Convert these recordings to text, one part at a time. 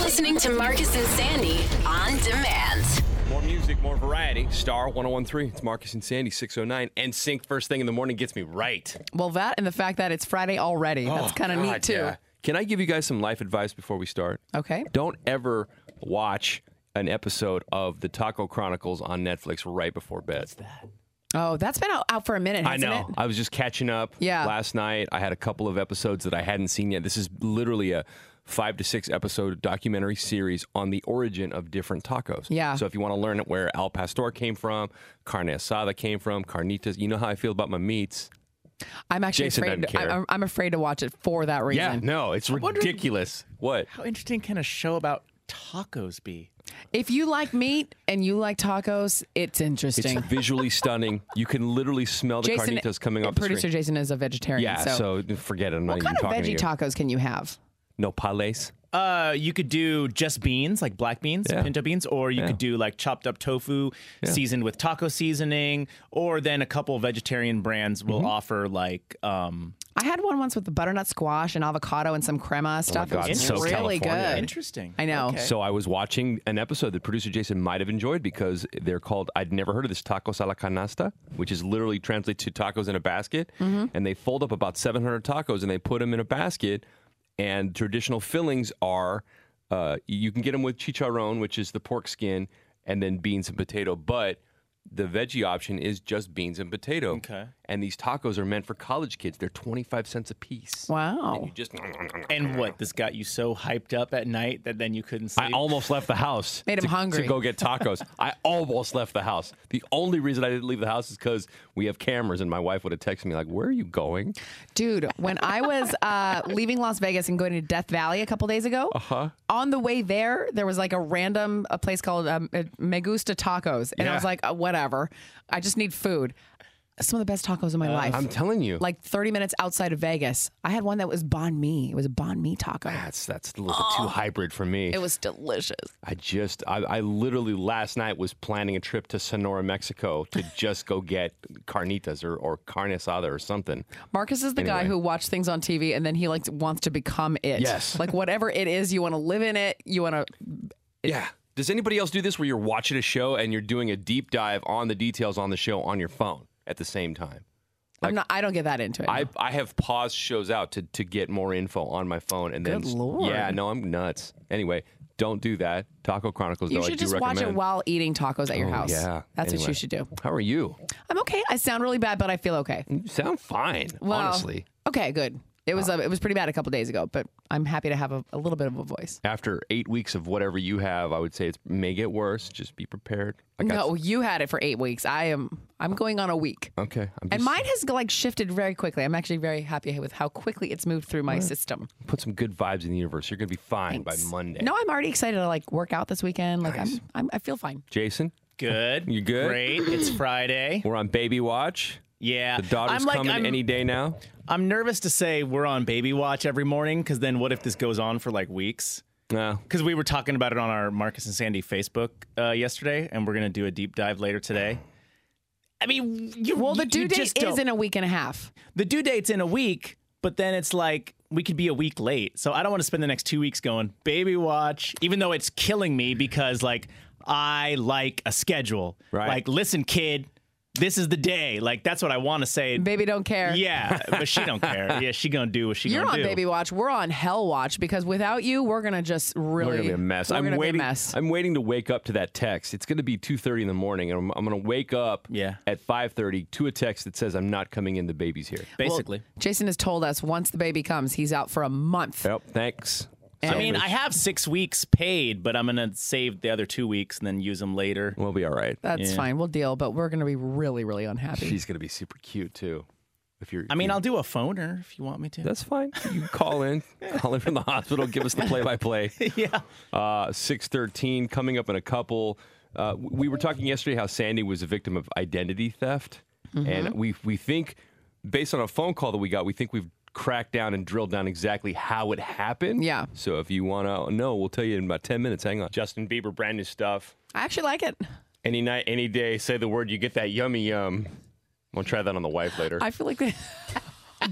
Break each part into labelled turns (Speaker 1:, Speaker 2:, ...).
Speaker 1: listening to Marcus and Sandy on demand.
Speaker 2: More music, more variety. Star 1013. It's Marcus and Sandy 609. And sync first thing in the morning gets me right.
Speaker 3: Well, that and the fact that it's Friday already. That's
Speaker 2: Oh,
Speaker 3: kind of
Speaker 2: God,
Speaker 3: neat, too.
Speaker 2: yeah. Can I give you guys some life advice before we start?
Speaker 3: Okay.
Speaker 2: Don't ever watch an episode of the Taco Chronicles on Netflix right before bed.
Speaker 3: Oh, that's been out, out for a minute,
Speaker 2: I
Speaker 3: hasn't
Speaker 2: know.
Speaker 3: it?
Speaker 2: I was just catching up
Speaker 3: Yeah.
Speaker 2: last night. I had a couple of episodes that I hadn't seen yet. This is literally a five to six episode documentary series on the origin of different tacos.
Speaker 3: Yeah.
Speaker 2: So if you want to learn where al pastor came from, carne asada came from, carnitas, you know how I feel about my meats.
Speaker 3: I'm actually
Speaker 2: Jason
Speaker 3: afraid.
Speaker 2: doesn't care.
Speaker 3: I'm, I'm afraid to watch it for that reason.
Speaker 2: Yeah, no, it's ridiculous. What?
Speaker 4: How interesting can a show about tacos be?
Speaker 3: If you like meat and you like tacos, it's
Speaker 2: It's
Speaker 3: interesting.
Speaker 2: visually stunning. You can literally smell the
Speaker 3: Jason,
Speaker 2: carnitas coming up.
Speaker 3: producer Jason is a vegetarian.
Speaker 2: Yeah, so, forget it. I'm not
Speaker 3: what
Speaker 2: even
Speaker 3: kind of
Speaker 2: talking to
Speaker 3: veggie
Speaker 2: you.
Speaker 3: tacos can you have?
Speaker 2: no pales.
Speaker 4: Uh, you could do just beans, like black beans,
Speaker 2: Yeah.
Speaker 4: pinto beans, or you could do like chopped up tofu seasoned with taco seasoning, or then a couple vegetarian brands will
Speaker 2: Mm-hmm.
Speaker 4: offer like um
Speaker 3: I had one once with the butternut squash and avocado and some crema stuff.
Speaker 2: Oh God,
Speaker 3: it was
Speaker 2: so
Speaker 3: really
Speaker 2: California.
Speaker 3: good.
Speaker 4: interesting.
Speaker 3: I know.
Speaker 2: So I was watching an episode that producer Jason might have enjoyed because they're called I'd never heard of this tacos a la canasta, which is literally translates to tacos in a basket.
Speaker 3: Mm-hmm.
Speaker 2: And they fold up about 700 tacos and they put them in a basket. And traditional fillings are uh, you can get them with chicharron, which is the pork skin, and then beans and potato. But the veggie option is just beans and potato.
Speaker 4: Okay.
Speaker 2: And these tacos are meant for college kids. They're 25 cents a piece.
Speaker 3: Wow.
Speaker 2: Just
Speaker 4: And what this got you so hyped up at night that then you couldn't
Speaker 2: I
Speaker 4: sleep?
Speaker 2: almost left the house.
Speaker 3: Made him
Speaker 2: to,
Speaker 3: hungry.
Speaker 2: to go get tacos. I almost left the house. The only reason I didn't leave the house is because we have cameras, and my wife would have texted me like, "Where are you going?"
Speaker 3: Dude, when I was uh, leaving Las Vegas and going to Death Valley a couple days ago,
Speaker 2: Uh-huh.
Speaker 3: on the way there, there was like a random a place called um, uh, Me Gusta Tacos, and I
Speaker 2: Yeah.
Speaker 3: was like, uh, whatever, I just need food. Some of the best tacos in my life.
Speaker 2: Uh, I'm telling you,
Speaker 3: like 30 minutes outside of Vegas, I had one that was banh mi. It was a banh mi taco.
Speaker 2: that's that's a little bit too hybrid for me.
Speaker 3: It was delicious.
Speaker 2: I just, I, I literally last night was planning a trip to Sonora, Mexico, to just go get carnitas or or carne asada or something.
Speaker 3: Marcus is the guy
Speaker 2: Anyway.
Speaker 3: who watched things on TV and then he like wants to become it.
Speaker 2: Yes.
Speaker 3: Like whatever it is, you want to live in it. You want to
Speaker 2: Yeah. Does anybody else do this where you're watching a show and you're doing a deep dive on the details on the show on your phone at the same time?
Speaker 3: I'm not I don't get that into it.
Speaker 2: I, I have paused shows out to, to get more info on my phone and then
Speaker 3: Good lord.
Speaker 2: yeah no I'm nuts anyway don't do that Taco Chronicles
Speaker 3: you
Speaker 2: though I
Speaker 3: should
Speaker 2: do
Speaker 3: just
Speaker 2: recommend Oh,
Speaker 3: watch it while eating tacos at your house.
Speaker 2: yeah.
Speaker 3: That's what
Speaker 2: Anyway.
Speaker 3: you should do.
Speaker 2: how are you
Speaker 3: I'm okay. I sound really bad, but I feel okay.
Speaker 2: you sound fine
Speaker 3: Well,
Speaker 2: honestly
Speaker 3: Okay, good. It was uh, it was pretty bad a couple days ago, but I'm happy to have a, a little bit of a voice.
Speaker 2: after eight weeks of whatever you have I would say it may get worse just be prepared I got
Speaker 3: No, you had it for eight weeks. I am I'm going on a week.
Speaker 2: okay I'm
Speaker 3: And
Speaker 2: just
Speaker 3: mine has like shifted very quickly. I'm actually very happy with how quickly it's moved through my system.
Speaker 2: put some good vibes in the universe you're gonna be fine by Monday
Speaker 3: No, I'm already excited to like work out this weekend. Like I'm, I'm I feel fine.
Speaker 2: Jason
Speaker 4: good.
Speaker 2: You good?
Speaker 4: Great. It's Friday.
Speaker 2: we're on baby watch
Speaker 4: Yeah.
Speaker 2: the daughter's
Speaker 4: I'm like
Speaker 2: coming
Speaker 4: I'm,
Speaker 2: any day now
Speaker 4: I'm nervous to say we're on baby watch every morning because then what if this goes on for like weeks?
Speaker 2: no
Speaker 4: because we were talking about it on our Marcus and Sandy Facebook uh, yesterday, and we're gonna do a deep dive later today. I mean, you,
Speaker 3: Well, the
Speaker 4: you-
Speaker 3: due
Speaker 4: you
Speaker 3: date is
Speaker 4: just don't-
Speaker 3: in a week and a half.
Speaker 4: the due date's in a week, but then it's like we could be a week late. So I don't want to spend the next two weeks going baby watch, even though it's killing me because like I like a schedule.
Speaker 2: Right.
Speaker 4: Like, listen, kid, this is the day. Like that's what I want to say.
Speaker 3: Baby, don't care.
Speaker 4: Yeah, but she don't care. Yeah, she gonna do what she
Speaker 3: You're
Speaker 4: gonna
Speaker 3: on
Speaker 4: do.
Speaker 3: baby watch. We're on hell watch because without you, we're gonna just really
Speaker 2: We're gonna be a mess.
Speaker 3: we're
Speaker 2: I'm
Speaker 3: gonna be a
Speaker 2: waiting.
Speaker 3: mess.
Speaker 2: I'm waiting to wake up to that text. It's gonna be 2:30 in the morning, and I'm, I'm gonna wake up
Speaker 4: Yeah.
Speaker 2: at 5:30 to a text that says I'm not coming in. The baby's here.
Speaker 4: Basically.
Speaker 3: Jason has told us once the baby comes, he's out for a month.
Speaker 2: Yep. Thanks.
Speaker 4: I mean, I have six weeks paid, but I'm gonna save the other two weeks and then use them later.
Speaker 2: we'll be all right.
Speaker 3: That's fine. We'll deal, but we're gonna be really, really unhappy.
Speaker 2: She's gonna be super cute too. If you're,
Speaker 4: I mean, I'll do a phoner if you want me to.
Speaker 2: that's fine. You can call in, call in from the hospital. Give us the play-by-play.
Speaker 4: Yeah.
Speaker 2: Uh, 6:13 coming up in a couple. Uh, w- we were talking yesterday how Sandy was a victim of identity theft,
Speaker 3: Mm-hmm.
Speaker 2: and we we think, based on a phone call that we got, we think we've cracked down and drilled down exactly how it happened.
Speaker 3: Yeah.
Speaker 2: So if you want to know, we'll tell you in about 10 minutes. Hang on. Justin Bieber, brand new stuff.
Speaker 3: I actually like it.
Speaker 2: Any night, any um, day, say the word, you get that yummy yum. I'll try that on the wife later.
Speaker 3: I feel like they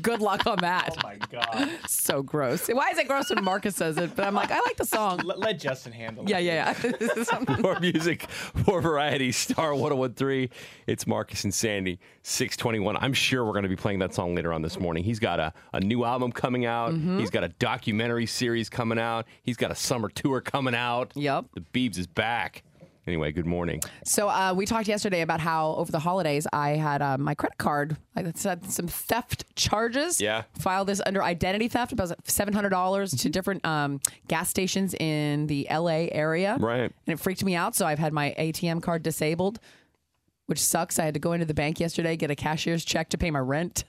Speaker 3: Good luck on that.
Speaker 4: Oh my god.
Speaker 3: so gross. Why is it gross when Marcus says it? But I'm like, I like the song.
Speaker 4: Let, let Justin handle
Speaker 3: Yeah,
Speaker 4: it.
Speaker 3: yeah, yeah. This is something-
Speaker 2: More music, more variety, Star 1013. It's Marcus and Sandy, 621. I'm sure we're going to be playing that song later on this morning. He's got a, a new album coming out.
Speaker 3: Mm-hmm.
Speaker 2: He's got a documentary series coming out. He's got a summer tour coming out.
Speaker 3: Yep.
Speaker 2: The Beebs is back. Anyway, good morning.
Speaker 3: So uh, we talked yesterday about how over the holidays I had uh, my credit card. I had some theft charges.
Speaker 2: Yeah. Mm-hmm.
Speaker 3: Filed this under identity theft, about seven hundred dollars to different um, gas stations in the L.A. area.
Speaker 2: Right.
Speaker 3: And it freaked me out. So I've had my ATM card disabled, which sucks. I had to go into the bank yesterday get a cashier's check to pay my rent.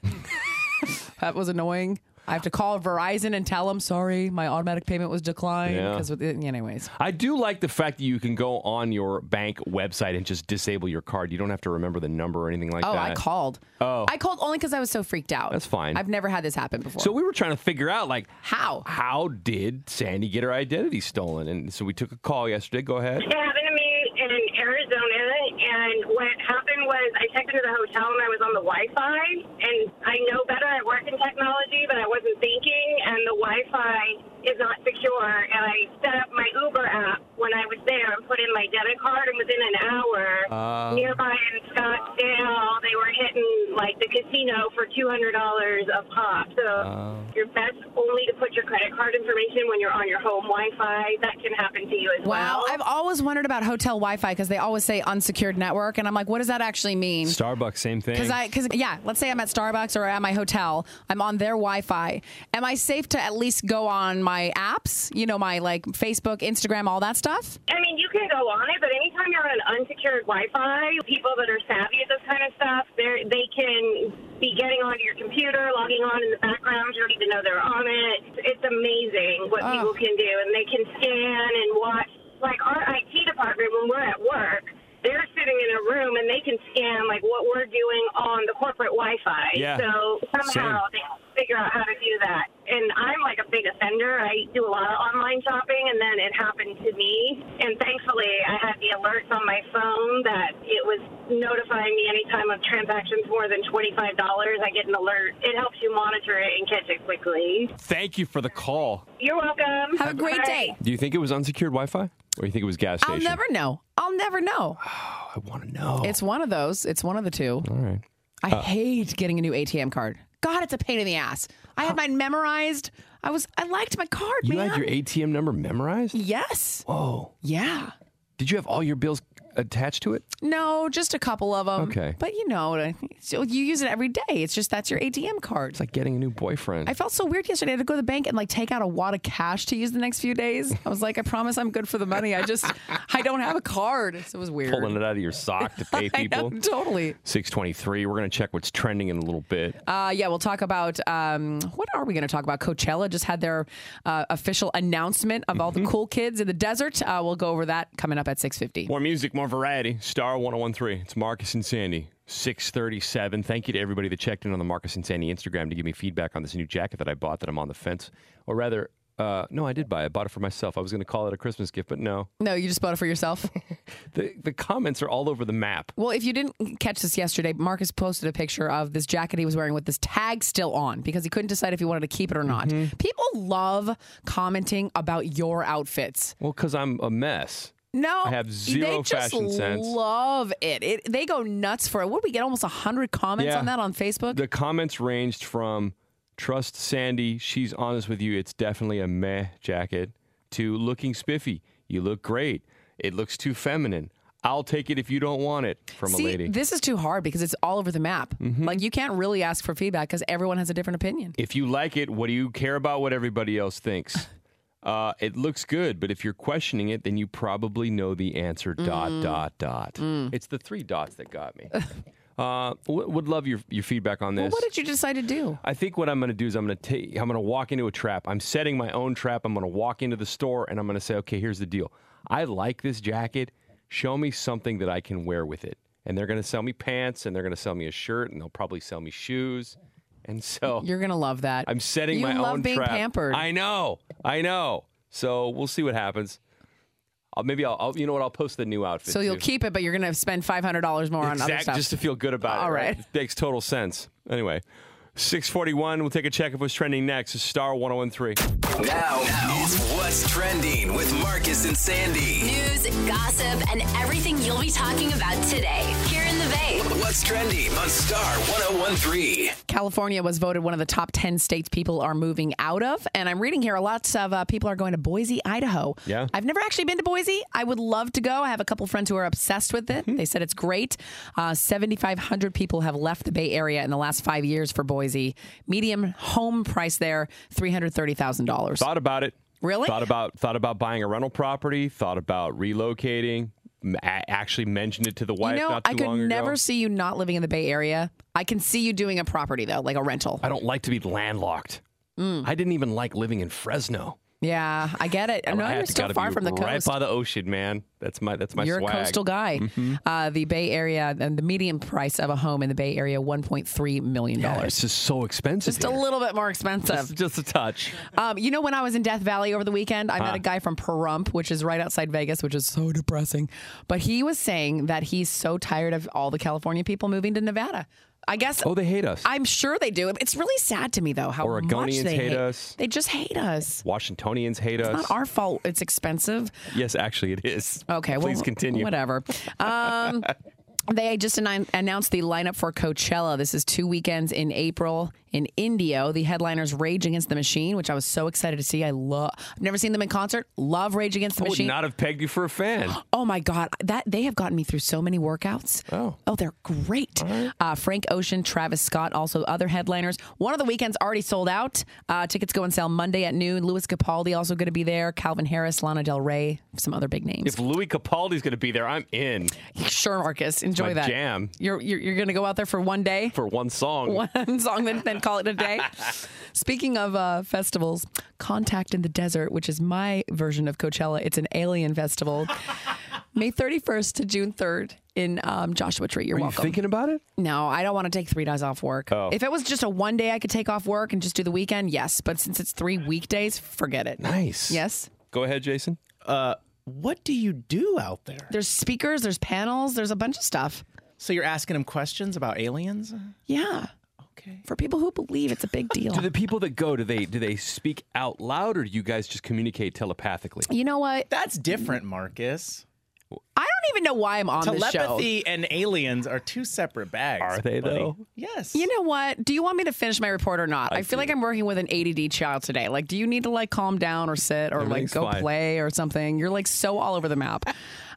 Speaker 3: that was annoying. I have to call Verizon and tell them sorry, my automatic payment was declined.
Speaker 2: Yeah.
Speaker 3: Because anyways,
Speaker 2: I do like the fact that you can go on your bank website and just disable your card. You don't have to remember the number or anything like
Speaker 3: Oh,
Speaker 2: that.
Speaker 3: I called. Oh, I called only because I was so freaked out.
Speaker 2: That's fine.
Speaker 3: I've never had this happen before.
Speaker 2: So we were trying to figure out like
Speaker 3: How?
Speaker 2: how did Sandy get her identity stolen? And so we took a call yesterday. Go ahead.
Speaker 5: It happened to me in Arizona, and what happened was I checked into the hotel and I was on the Wi-Fi, and I know better. I work in technology, but I wasn't thinking, and the Wi-Fi is not secure. And I set up my Uber app when I was there and put in my debit card, and within an hour, nearby in Scottsdale, they were hitting like the casino for two hundred dollars a pop. So your best only to put your credit card information when you're on your home Wi-Fi. That can happen to you as
Speaker 3: wow,
Speaker 5: well.
Speaker 3: I've always wondered about hotel Wi-Fi because they always say unsecured network, and I'm like, what does that actually mean?
Speaker 2: Starbucks, same thing.
Speaker 3: Because I, because yeah, let's say I'm at Starbucks or at my hotel, I'm on their Wi-Fi. Am I safe to at least go on my apps? You know, my like Facebook, Instagram, all that stuff.
Speaker 5: I mean, you can go on it, but anytime you're on an unsecured Wi-Fi, people that are savvy at this kind of stuff, they they can be getting onto your computer, logging on in the background. You don't even know they're on it. It's amazing what people can do, and they can scan and watch. Like our IT department, when we're at work, they're sitting in a room and they can scan like what we're doing on the corporate Wi-Fi.
Speaker 2: Yeah.
Speaker 5: So somehow
Speaker 2: Same.
Speaker 5: they figure out how to do that. And I'm like a big offender. I do a lot of online shopping, and then it happened to me. And thankfully, I had the alerts on my phone that it was notifying me anytime of transactions more than $25. I get an alert. It helps you monitor it and catch it quickly.
Speaker 2: Thank you for the call.
Speaker 5: You're welcome.
Speaker 3: Have a great
Speaker 5: Bye.
Speaker 3: day.
Speaker 2: Do you think it was unsecured Wi-Fi, or you think it was gas
Speaker 3: I'll
Speaker 2: station?
Speaker 3: never know. I'll never know.
Speaker 2: I want to know.
Speaker 3: It's one of those. It's one of the two.
Speaker 2: All right. Uh,
Speaker 3: I hate getting a new ATM card. God, it's a pain in the ass. I had mine memorized. I was I liked my card,
Speaker 2: You
Speaker 3: man.
Speaker 2: had your ATM number memorized?
Speaker 3: yes.
Speaker 2: Whoa!
Speaker 3: Yeah.
Speaker 2: Did you have all your bills attached to it?
Speaker 3: No, just a couple of them.
Speaker 2: Okay.
Speaker 3: But you know, so oh, you use it every day. It's just that's your ATM card.
Speaker 2: It's like getting a new boyfriend.
Speaker 3: I felt so weird yesterday. I had to go to the bank and like take out a wad of cash to use the next few days. I was like, I promise I'm good for the money. I just I don't have a card. So it was weird.
Speaker 2: Pulling it out of your sock to pay
Speaker 3: I know,
Speaker 2: people.
Speaker 3: totally.
Speaker 2: 623. We're going to check what's trending in a little bit.
Speaker 3: Uh, yeah, we'll talk about um, what are we going to talk about? Coachella just had their uh, official announcement of all
Speaker 2: Mm-hmm.
Speaker 3: the cool kids in the desert. Uh, we'll go over that coming up at six fifty.
Speaker 2: More music, more variety. Star 1013. It's Marcus and Sandy. 637. Thank you to everybody that checked in on the Marcus and Sandy Instagram to give me feedback on this new jacket that I bought that I'm on the fence. Or rather, uh, no, I did buy it. I bought it for myself. I was going to call it a Christmas gift, but no.
Speaker 3: No, you just bought it for yourself.
Speaker 2: The, the comments are all over the map.
Speaker 3: well, if you didn't catch this yesterday, Marcus posted a picture of this jacket he was wearing with this tag still on because he couldn't decide if he wanted to keep it or not.
Speaker 2: Mm-hmm.
Speaker 3: People love commenting about your outfits.
Speaker 2: Well, because I'm a mess.
Speaker 3: No,
Speaker 2: I have zero
Speaker 3: they just
Speaker 2: fashion sense.
Speaker 3: Love it. it. They go nuts for it. What did we get? Almost hundred comments
Speaker 2: Yeah.
Speaker 3: on that on Facebook.
Speaker 2: The comments ranged from trust Sandy, she's honest with you, it's definitely a meh jacket, to looking spiffy, you look great, it looks too feminine, I'll take it if you don't want it from
Speaker 3: See,
Speaker 2: a lady. Mm-hmm.
Speaker 3: This is too hard because it's all over the map. Like you can't really ask for feedback because everyone has a different opinion.
Speaker 2: if you like it, what do you care about what everybody else thinks? Uh, it looks good, but if you're questioning it, then you probably know the answer.
Speaker 3: Mm.
Speaker 2: Dot, dot, dot. It's the three dots that got me. uh, w- would love your, your feedback on this.
Speaker 3: Well, what did you decide to do?
Speaker 2: I think what I'm going to do is I'm going to take I'm going to walk into a trap. I'm setting my own trap. I'm going to walk into the store and I'm going to say, "Okay, here's the deal. I like this jacket. Show me something that I can wear with it." And they're going to sell me pants and they're going to sell me a shirt and they'll probably sell me shoes. And so
Speaker 3: You're gonna love that.
Speaker 2: I'm setting
Speaker 3: you
Speaker 2: my
Speaker 3: love
Speaker 2: own
Speaker 3: being
Speaker 2: trap.
Speaker 3: pampered.
Speaker 2: I know. I know. So we'll see what happens. I'll, maybe I'll, I'll you know what I'll post the new outfit.
Speaker 3: so you'll
Speaker 2: too.
Speaker 3: keep it, but you're gonna spend five hundred dollars more on other
Speaker 2: Exact-
Speaker 3: stuff.
Speaker 2: just to feel good about it.
Speaker 3: All
Speaker 2: right?
Speaker 3: right.
Speaker 2: It makes total sense. Anyway, 641. We'll take a check of what's trending next. It's Star 1013.
Speaker 6: Now, it's What's Trending with Marcus and Sandy.
Speaker 1: News, gossip, and everything you'll be talking about today here in the Bay.
Speaker 6: What's Trending on Star 1013.
Speaker 3: California was voted one of the top 10 states people are moving out of. And I'm reading here lots of uh, people are going to Boise, Idaho.
Speaker 2: Yeah.
Speaker 3: I've never actually been to Boise. I would love to go. I have a couple friends who are obsessed with it.
Speaker 2: Mm-hmm.
Speaker 3: They said it's great. Uh, 7,500 people have left the Bay Area in the last five years for Boise. Medium home price there, $330,000.
Speaker 2: Thought about it.
Speaker 3: Really?
Speaker 2: Thought about thought about buying a rental property. Thought about relocating. M- a- actually mentioned it to the wife
Speaker 3: you know,
Speaker 2: not too
Speaker 3: I could
Speaker 2: long ago.
Speaker 3: never see you not living in the Bay Area. I can see you doing a property, though, like a rental.
Speaker 2: I don't like to be landlocked.
Speaker 3: Mm.
Speaker 2: I didn't even like living in Fresno.
Speaker 3: Yeah, I get it. I know
Speaker 2: I
Speaker 3: you're
Speaker 2: had to
Speaker 3: still
Speaker 2: gotta
Speaker 3: far
Speaker 2: be
Speaker 3: from the
Speaker 2: right
Speaker 3: coast.
Speaker 2: by the ocean, man. That's my that's my
Speaker 3: You're
Speaker 2: swag. Mm-hmm.
Speaker 3: a coastal guy. Uh, the Bay Area, and the median price of a home in the Bay Area, one point three million
Speaker 2: Yeah,
Speaker 3: dollars.
Speaker 2: Oh, it's just so expensive.
Speaker 3: Just a
Speaker 2: here.
Speaker 3: little bit more
Speaker 2: It's
Speaker 3: expensive.
Speaker 2: just a touch.
Speaker 3: Um, you know, when I was in Death Valley over the weekend, I
Speaker 2: Uh-huh.
Speaker 3: met a guy from Pahrump, which is right outside Vegas, which is so depressing. But he was saying that he's so tired of all the California people moving to Nevada. I guess
Speaker 2: Oh, they hate us.
Speaker 3: I'm sure they do. It's really sad to me though how much
Speaker 2: Oregonians
Speaker 3: they
Speaker 2: hate us.
Speaker 3: They just hate us.
Speaker 2: Washingtonians hate us.
Speaker 3: It's not our fault. It's expensive.
Speaker 2: yes, actually, it is.
Speaker 3: Okay,
Speaker 2: please
Speaker 3: well,
Speaker 2: continue.
Speaker 3: Whatever. Um, they just annou- announced the lineup for Coachella. This is two weekends in April in Indio. The headliners Rage Against the Machine, which I was so excited to see. I love. I've never seen them in concert. Love Rage Against the
Speaker 2: I would
Speaker 3: Machine.
Speaker 2: Oh, not have pegged you for a fan.
Speaker 3: Oh my God, that they have gotten me through so many workouts.
Speaker 2: Oh.
Speaker 3: they're great. Uh, Frank Ocean, Travis Scott, also other headliners. One of the weekends already sold out. Uh, tickets go on sale Monday at noon. Louis Capaldi also going to be there. Calvin Harris, Lana Del Rey, some other big names.
Speaker 2: If Louis Capaldi's going to be there, I'm in
Speaker 3: Sure, Marcus, enjoy
Speaker 2: My
Speaker 3: that
Speaker 2: jam.
Speaker 3: You're you're, you're going to go out there for one day,
Speaker 2: for one song.
Speaker 3: one song, then then call it a day. Speaking of uh, festivals, Contact in the Desert, which is my version of Coachella, it's an alien festival. May 31st to June 3rd in um, Joshua Tree. You're
Speaker 2: Are you
Speaker 3: welcome.
Speaker 2: thinking about it? Oh.
Speaker 3: no, I don't want to take three days off work. If it was just a one day I could take off work and just do the weekend, yes. But since it's three weekdays, forget it.
Speaker 2: Nice.
Speaker 3: Yes.
Speaker 2: Go ahead, Jason.
Speaker 4: Uh, What do you do out there?
Speaker 3: There's speakers, there's panels, there's a bunch of stuff.
Speaker 4: So you're asking him questions about aliens?
Speaker 3: Yeah.
Speaker 4: Okay.
Speaker 3: For people who believe it's a big deal.
Speaker 2: Do the people that go do they do they speak out loud or do you guys just communicate telepathically?
Speaker 3: You know what?
Speaker 4: That's different, Marcus.
Speaker 3: I don't even know why I'm on this show.
Speaker 4: Telepathy and aliens are two separate bags.
Speaker 2: Are they,
Speaker 4: buddy.
Speaker 2: though?
Speaker 4: Yes.
Speaker 3: You know what? Do you want me to finish my report or not? I, feel like I'm working with an ADD child today. Like, do you need to like calm down or sit or like
Speaker 2: Everything's
Speaker 3: go
Speaker 2: fine.
Speaker 3: play or something? You're like so all over the map.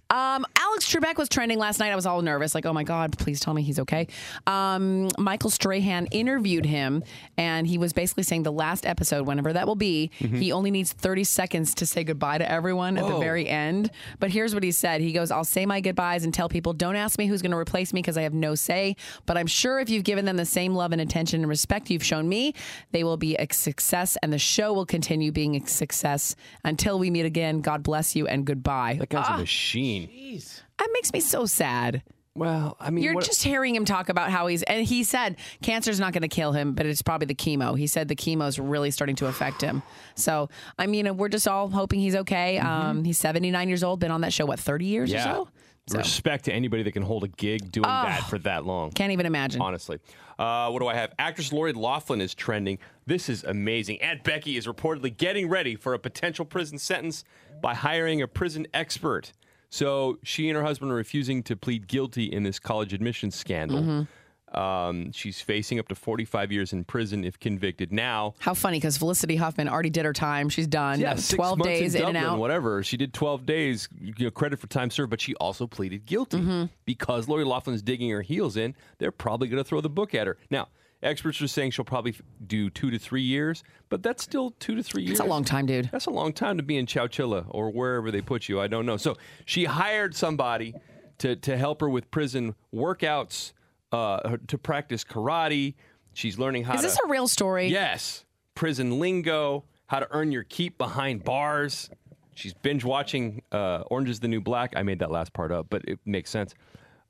Speaker 3: Um, Alex Trebek was trending last night. I was all nervous, like, oh my God, please tell me he's okay. Um, Michael Strahan interviewed him, and he was basically saying the last episode, whenever that will be, he only needs 30 seconds to say goodbye to everyone at the
Speaker 2: Whoa.
Speaker 3: very end. But here's what he said. He goes, I'll say my goodbyes and tell people, don't ask me who's going to replace me because I have no say. But I'm sure if you've given them the same love and attention and respect you've shown me, they will be a success and the show will continue being a success until we meet again. God bless you and goodbye. Ah.
Speaker 2: That guy's a machine.
Speaker 3: That makes me so sad.
Speaker 2: Well, I mean,
Speaker 3: You're
Speaker 2: what-
Speaker 3: just hearing him talk about how he's, and he said cancer's not going to kill him, but it's probably the chemo. He said the chemo's really starting to affect him. So, I mean, we're just all hoping he's okay. Um, he's 79 years old, been on that show, what, 30 years
Speaker 2: Mm-hmm. yeah.
Speaker 3: or so? So,
Speaker 2: Respect to anybody that can hold a gig doing that for that long.
Speaker 3: can't even imagine.
Speaker 2: honestly. Uh, what do I have? Actress Lori Laughlin is trending. This is amazing. Aunt Becky is reportedly getting ready for a potential prison sentence by hiring a prison expert. So she and her husband are refusing to plead guilty in this college admissions scandal.
Speaker 3: Mm-hmm.
Speaker 2: Um, she's facing up to 45 years in prison if convicted. Now,
Speaker 3: How funny because Felicity Huffman already did her time. She's done.
Speaker 2: yeah,
Speaker 3: That was
Speaker 2: six
Speaker 3: 12
Speaker 2: months
Speaker 3: days
Speaker 2: in,
Speaker 3: in,
Speaker 2: Dublin,
Speaker 3: and out.
Speaker 2: whatever. She did 12 days, you know, credit for time served, but she also pleaded guilty
Speaker 3: Mm-hmm.
Speaker 2: because Lori Laughlin's digging her heels in. They're probably going to throw the book at her. Now, experts are saying she'll probably f- do two to three years, but that's still two to three
Speaker 3: It's
Speaker 2: years.
Speaker 3: a long time, dude.
Speaker 2: That's a long time to be in Chowchilla or wherever they put you. I don't know. So she hired somebody to, to help her with prison workouts, uh, to practice karate. She's learning how
Speaker 3: Is
Speaker 2: to.
Speaker 3: this a real story?
Speaker 2: Yes. Prison lingo, how to earn your keep behind bars. She's binge watching uh, Orange is the New Black. I made that last part up, but it makes sense.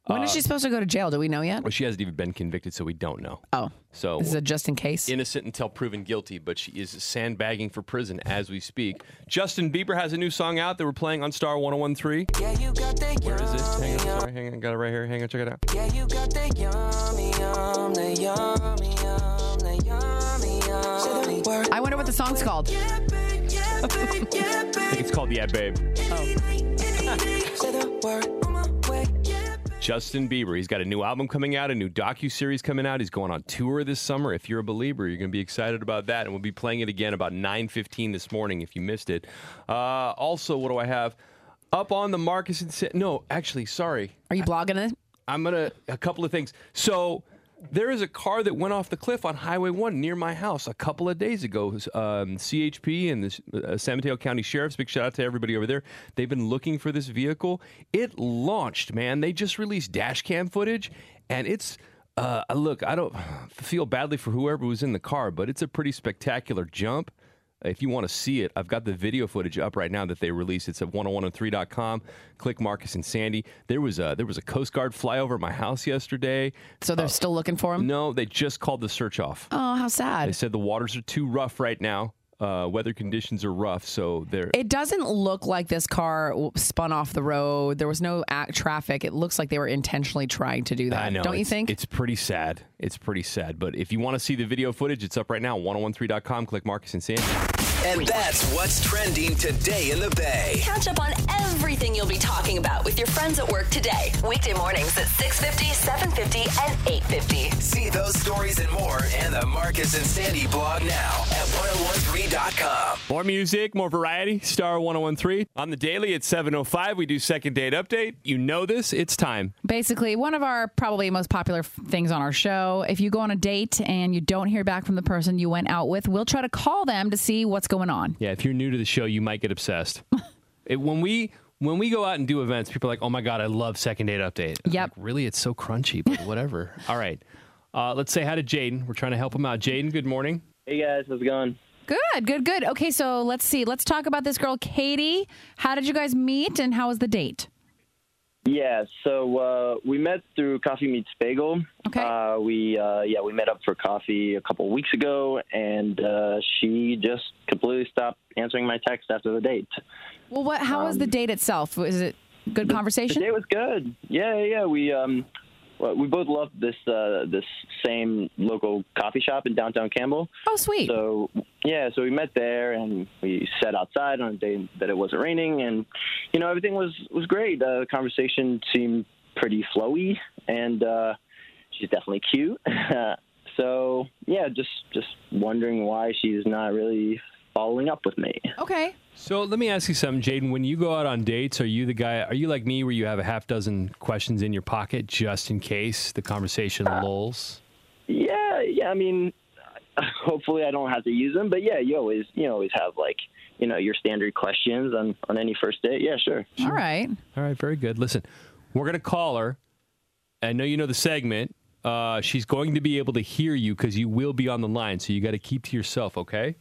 Speaker 7: When is she supposed to go to jail? Do we know yet?
Speaker 2: Well, she hasn't even been convicted, so we don't know.
Speaker 7: Oh,
Speaker 2: So
Speaker 7: this is a just in case.
Speaker 2: innocent until proven guilty, but she is sandbagging for prison as we speak. Justin Bieber has a new song out that we're playing on Star 1013.
Speaker 8: Yeah, you got that
Speaker 2: Where is this? Hang on,
Speaker 8: yum,
Speaker 2: sorry, hang on, got it right here. Hang on, check it out.
Speaker 8: yeah, you got that yummy, yum, that yummy, yum, that yummy, yum. Say the word.
Speaker 7: I wonder what the song's called.
Speaker 8: Yeah, babe, yeah, babe, yeah,
Speaker 2: I think
Speaker 8: babe.
Speaker 2: it's called Yeah Babe.
Speaker 7: Oh.
Speaker 8: Say the word. On my way. Yeah, babe.
Speaker 2: Justin Bieber. He's got a new album coming out, a new docu series coming out. He's going on tour this summer. If you're a believer, you're going to be excited about that, and we'll be playing it again about 9:15 this morning. If you missed it, uh, also, what do I have up on the Marcus and Sa- No, actually, sorry,
Speaker 7: Are you blogging it?
Speaker 2: I'm gonna a couple of things. So. There is a car that went off the cliff on Highway 1 near my house a couple of days ago. Um, CHP and the uh, San Mateo County Sheriff's, big shout out to everybody over there. They've been looking for this vehicle. It launched, man. They just released dash cam footage, and it's uh, look, I don't feel badly for whoever was in the car, but it's a pretty spectacular jump. If you want to see it, I've got the video footage up right now that they released. It's at 10103.com. Click Marcus and Sandy. There was a there was a Coast Guard flyover at my house yesterday. Uh,
Speaker 7: So they're still looking for him?
Speaker 2: No, they just called the search off.
Speaker 7: Oh, how
Speaker 2: They
Speaker 7: sad.
Speaker 2: said the waters are too rough right now. Uh, weather conditions are rough, so they're
Speaker 7: It doesn't look like this car w- spun off the road. There was no act traffic. It looks like they were intentionally trying to do that.
Speaker 2: I know.
Speaker 7: Don't you
Speaker 2: it's-
Speaker 7: think?
Speaker 2: It's pretty sad. It's pretty sad. But if you want to see the video footage, it's up right now. 1013.com. Click Marcus and Sandy.
Speaker 6: And that's what's trending today in the Bay.
Speaker 9: Catch up on everything you'll be talking about with your friends at work today. Weekday mornings at 6.50, 7.50, and 8.50.
Speaker 6: See those stories and more in the Marcus and Sandy blog now at 1013.com.
Speaker 2: More music, more variety. Star 1013. On the daily at 7.05, we do second date update. You know this. It's time.
Speaker 3: basically one of our probably most popular f- things on our show. If you go on a date and you don't hear back from the person you went out with, we'll try to call them to see what's going on.
Speaker 2: Yeah, if you're new to the show, you might get obsessed. It- when we when we go out and do events, people are like, "Oh my god, I love second date update." I'm
Speaker 3: Yep.
Speaker 2: like, really, it's so crunchy, but whatever. All right, uh, let's say hi to Jaden. We're trying to help him out. Jaden, good morning.
Speaker 10: Hey guys, how's it going?
Speaker 3: Good, good, good. Okay, so let's see. Let's talk about this girl, Katie. How did you guys meet and how was the date?
Speaker 10: Yeah, so uh, we met through Coffee Meets Bagel.
Speaker 3: Okay.
Speaker 10: Uh, we uh, yeah we met up for coffee a couple weeks ago, and uh, she just completely stopped answering my text after the date.
Speaker 3: Well, what? How was the date itself? Was it good
Speaker 10: Um, The
Speaker 3: conversation?
Speaker 10: date was good. Yeah, yeah, yeah. We um, well, we both love this uh, this same local coffee shop in downtown Campbell.
Speaker 3: oh, sweet.
Speaker 10: So yeah, so we met there and we sat outside on a day that it wasn't raining, and you know everything was was great. Uh, the conversation seemed pretty flowy, and uh, she's definitely cute. so yeah, just just wondering why she's not really following up with me.
Speaker 3: okay.
Speaker 2: So let me ask you something, Jaden. When you go out on dates, are you the guy? Are you like me, where you have a half dozen questions in your pocket just in case the conversation
Speaker 3: Uh,
Speaker 2: lulls?
Speaker 10: Yeah, yeah. I mean, hopefully I don't have to use them, but yeah, you always you always have like you know your standard questions on on any first date. Yeah, sure.
Speaker 3: All right.
Speaker 2: All right, very good. Listen, we're going to call her. I know you know the segment. Uh, she's going to be able to hear you because you will be on the line. So you got to keep to yourself, okay?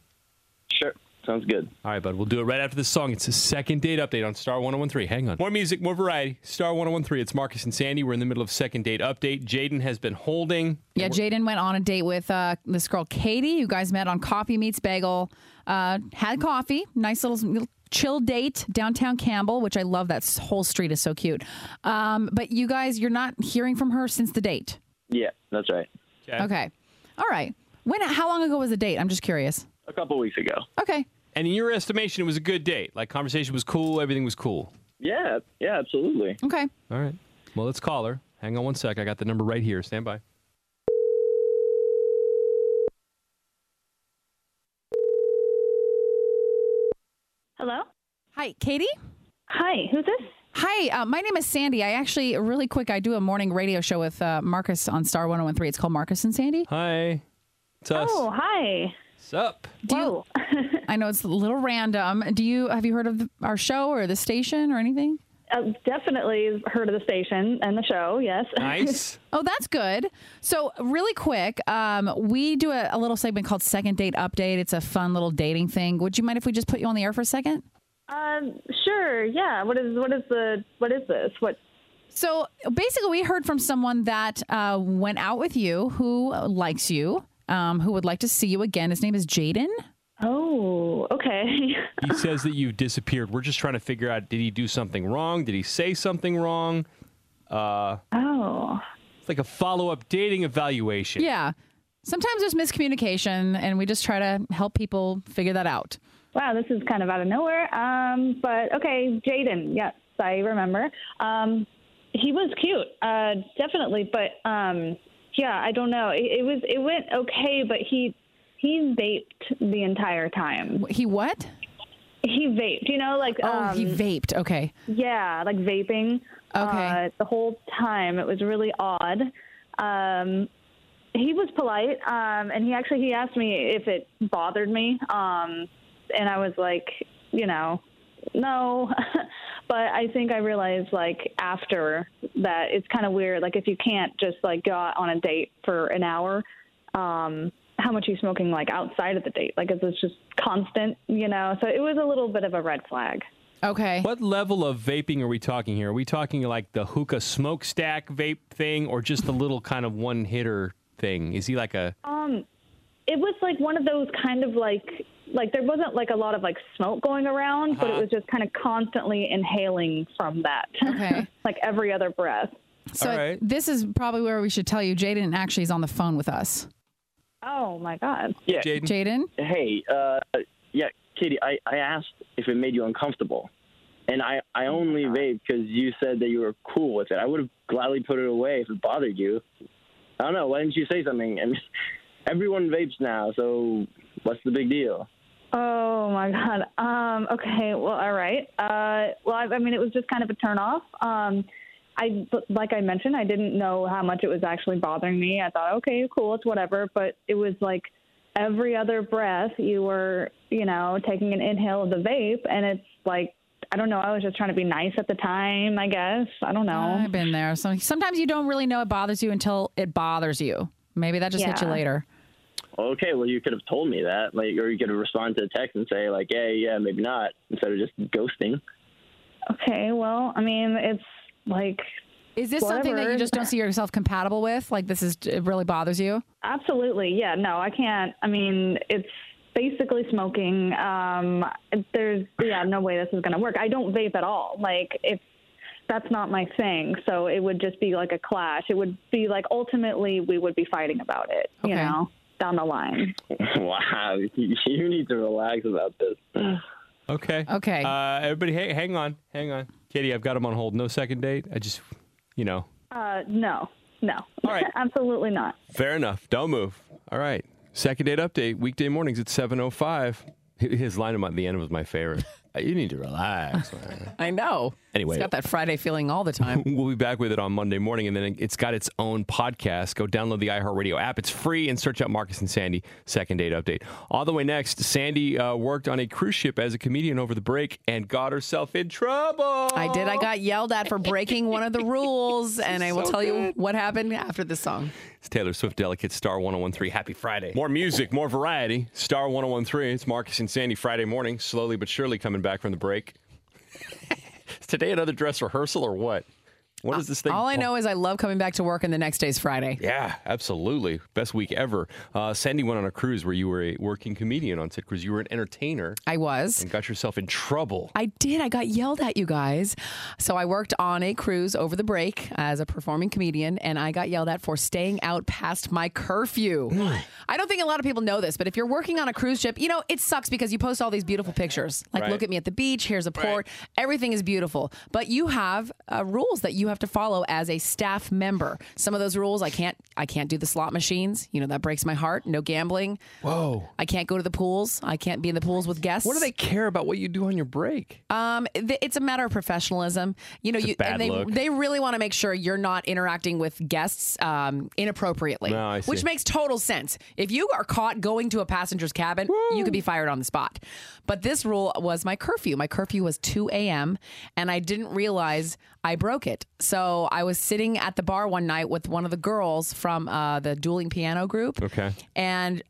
Speaker 10: Sure, sounds good.
Speaker 2: All right, bud. We'll do it right after this song. It's a second date update on Star 1013. Hang on. More music, more variety. Star 1013. It's Marcus and Sandy. We're in the middle of second date update. Jaden has been holding.
Speaker 3: Yeah, Jaden went on a date with uh, this girl, Katie. You guys met on Coffee Meets Bagel. Uh, had coffee, nice little, little chill date downtown Campbell, which I love. That s- whole street is so cute. Um, but you guys, you're not hearing from her since the date.
Speaker 10: Yeah, that's right.
Speaker 2: Okay.
Speaker 3: Okay, all right. When? How long ago was the date? I'm just curious.
Speaker 10: A couple weeks ago.
Speaker 3: Okay,
Speaker 2: And in your estimation, it was a good date. Like, conversation was cool. Everything was cool.
Speaker 10: Yeah, yeah, absolutely.
Speaker 3: okay.
Speaker 2: All right. Well, let's call her. Hang on one sec. I got the number right here. Stand by.
Speaker 11: Hello?
Speaker 3: Hi, Katie.
Speaker 11: Hi, who's this?
Speaker 3: Hi, uh, my name is Sandy. I actually, really quick, I do a morning radio show with uh, Marcus on Star 1013. It's called Marcus and Sandy.
Speaker 2: Hi. It's us.
Speaker 11: Oh, hi.
Speaker 2: Sup?
Speaker 3: Do you-
Speaker 11: Whoa.
Speaker 3: I know it's a little random. Do you have you heard of the, our show or the station or anything?
Speaker 11: Uh, definitely heard of the station and the show, yes.
Speaker 2: Nice.
Speaker 3: Oh, that's good. So, really quick, um, we do a, a little segment called Second Date Update. It's a fun little dating thing. Would you mind if we just put you on the air for a second?
Speaker 11: um, sure, yeah. What is what is the what is this? What
Speaker 12: So basically, we heard from someone that uh, went out with you who likes you, um, who would like to see you again. His name is Jaden.
Speaker 11: Oh, okay.
Speaker 2: He says that you've disappeared. We're just trying to figure out did he do something wrong? Did he say something wrong? Uh,
Speaker 11: oh.
Speaker 2: It's like a follow up dating evaluation.
Speaker 12: Yeah. Sometimes there's miscommunication, and we just try to help people figure that out.
Speaker 11: Wow, this is kind of out of nowhere. Um, but okay, Jaden. Yes, I remember. Um, he was cute, uh, definitely. But um, yeah, I don't know. It, it was it went okay, but he he vaped the entire time.
Speaker 12: He what?
Speaker 11: He vaped. You know, like
Speaker 12: Oh,
Speaker 11: um,
Speaker 12: he vaped. Okay.
Speaker 11: yeah, like vaping. Okay. Uh, the whole time, it was really odd. Um, he was polite, um, and he actually he asked me if it bothered me, um, and I was like, you know, no. but I think I realized like after that it's kind of weird. Like if you can't just like go out on a date for an hour, um, how much are you smoking like outside of the date? Like is this just constant? You know, so it was a little bit of a red flag.
Speaker 12: Okay.
Speaker 2: What level of vaping are we talking here? Are we talking like the hookah smokestack vape thing or just the little kind of one hitter thing? Is he like a.
Speaker 11: Um, it was like one of those kind of like like there wasn't like a lot of like smoke going around, but
Speaker 12: Uh-huh.
Speaker 11: it was just kind of constantly inhaling from that.
Speaker 12: Okay.
Speaker 11: like every other breath.
Speaker 12: So this is probably where we should tell you Jaden actually is on the phone with us.
Speaker 11: Oh my god.
Speaker 12: Yeah.
Speaker 2: Jaden.
Speaker 12: Jaden.
Speaker 10: Hey, uh, yeah, Katie, I, I asked if it made you uncomfortable. And I, I only vape because you said that you were cool with it. I would have gladly put it away if it bothered you. I don't know. Why didn't you say something? And everyone vapes now, so what's the big deal?
Speaker 11: Oh my god. Um, okay. Well, all right. Uh, well, I, I mean, it was just kind of a turn off. Um, I but like I mentioned, I didn't know how much it was actually bothering me. I thought, okay, cool, it's whatever. But it was like every other breath, you were, you know, taking an inhale of the vape, and it's like, I don't know. I was just trying to be nice at the time, I guess. I don't know.
Speaker 12: I've been there. So sometimes you don't really know it bothers you until it bothers you. Maybe that just hit you
Speaker 10: Yeah.
Speaker 12: later.
Speaker 10: Okay, well, you could have told me that. like, Or you could have responded to the text and say, like, yeah, yeah, maybe not, instead of just ghosting.
Speaker 11: Okay. Well, I mean, it's like.
Speaker 12: Is this something that you
Speaker 11: whatever.
Speaker 12: just don't see yourself compatible with? Like this is it really bothers you?
Speaker 11: Absolutely. Yeah. No, I can't. I mean, it's basically smoking. Um, there's, yeah, no way this is going to work. I don't vape at all. Like, it's, that's not my thing. So it would just be like a clash. It would be like ultimately we would be fighting about it, you
Speaker 10: Okay.
Speaker 11: know, down the line.
Speaker 10: wow, you need to relax about this.
Speaker 2: Okay.
Speaker 12: Okay.
Speaker 2: Uh, everybody, hang, hang on. Hang on. Katie, I've got him on hold. No second date. I just, you know.
Speaker 11: Uh, no, no. Absolutely not.
Speaker 2: Fair enough. Don't move. All right. Second date update, weekday mornings at 7.05. His line at the end was my favorite. You need to relax. man.
Speaker 3: I know.
Speaker 2: Anyway.
Speaker 3: It's got that Friday feeling all the time.
Speaker 2: We'll be back with it on Monday morning, and then it's got its own podcast. Go download the iHeartRadio app. It's free and search out Marcus and Sandy Second Date Update. All the way next, Sandy uh, worked on a cruise ship as a comedian over the break and got herself in trouble.
Speaker 3: I did. I got yelled at for breaking one of the rules, and I will
Speaker 2: So
Speaker 3: tell you what happened after this song.
Speaker 2: It's Taylor Swift Delicate Star 1013. Happy Friday. More music, more variety. Star 1013. It's Marcus and Sandy Friday morning, slowly but surely coming back from the break. is today another dress rehearsal or what? What is this thing?
Speaker 3: All I know is I love coming back to work, and the next day's Friday.
Speaker 2: Yeah, absolutely. Best week ever. Uh, Sandy went on a cruise where you were a working comedian on said cruise. You were an entertainer.
Speaker 3: I was.
Speaker 2: And got yourself in trouble.
Speaker 3: I did. I got yelled at, you guys. So I worked on a cruise over the break as a performing comedian, and I got yelled at for staying out past my curfew. I don't think a lot of people know this, but if you're working on a cruise ship, you know, it sucks because you post all these beautiful pictures. Like,
Speaker 12: Right.
Speaker 3: look at me at the beach, here's a port, everything is beautiful. But you have uh, rules that you have to follow as a staff member. Some of those rules, I can't, I can't do the slot machines. You know, that breaks my heart. No gambling.
Speaker 2: Whoa.
Speaker 3: I can't go to the pools. I can't be in the pools with guests.
Speaker 2: What do they care about what you do on your break?
Speaker 3: Um, th- it's a matter of professionalism. You know,
Speaker 2: It's a
Speaker 3: you
Speaker 2: bad
Speaker 3: and they
Speaker 2: look.
Speaker 3: they really want to make sure you're not interacting with guests um, inappropriately,
Speaker 2: No, I see.
Speaker 3: which makes total sense. If you are caught going to a passenger's cabin, you could be fired on the spot. But this rule was my curfew. My curfew was 2 a.m. and I didn't realize I broke it. So I was sitting at the bar one night with one of the girls from uh, the dueling piano group.
Speaker 2: Okay.
Speaker 3: And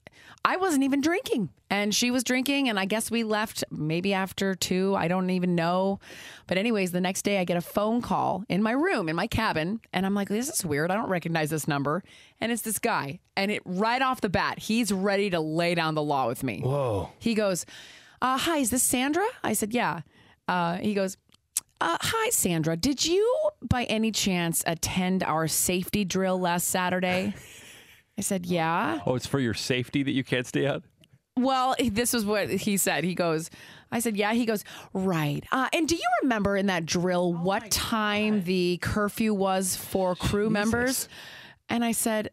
Speaker 3: I wasn't even drinking. And she was drinking. And I guess we left maybe after two. I don't even know. But, anyways, the next day I get a phone call in my room, in my cabin. And I'm like, this is weird. I don't recognize this number. And it's this guy. And it right off the bat, he's ready to lay down the law with me.
Speaker 2: Whoa.
Speaker 3: He goes, uh, Hi, is this Sandra? I said, Yeah. Uh, he goes, uh, hi, Sandra. Did you by any chance attend our safety drill last Saturday? I said, Yeah.
Speaker 2: Oh, it's for your safety that you can't stay out?
Speaker 3: Well, this was what he said. He goes, I said, Yeah. He goes, Right. Uh, and do you remember in that drill what time the curfew was for crew members? And I said,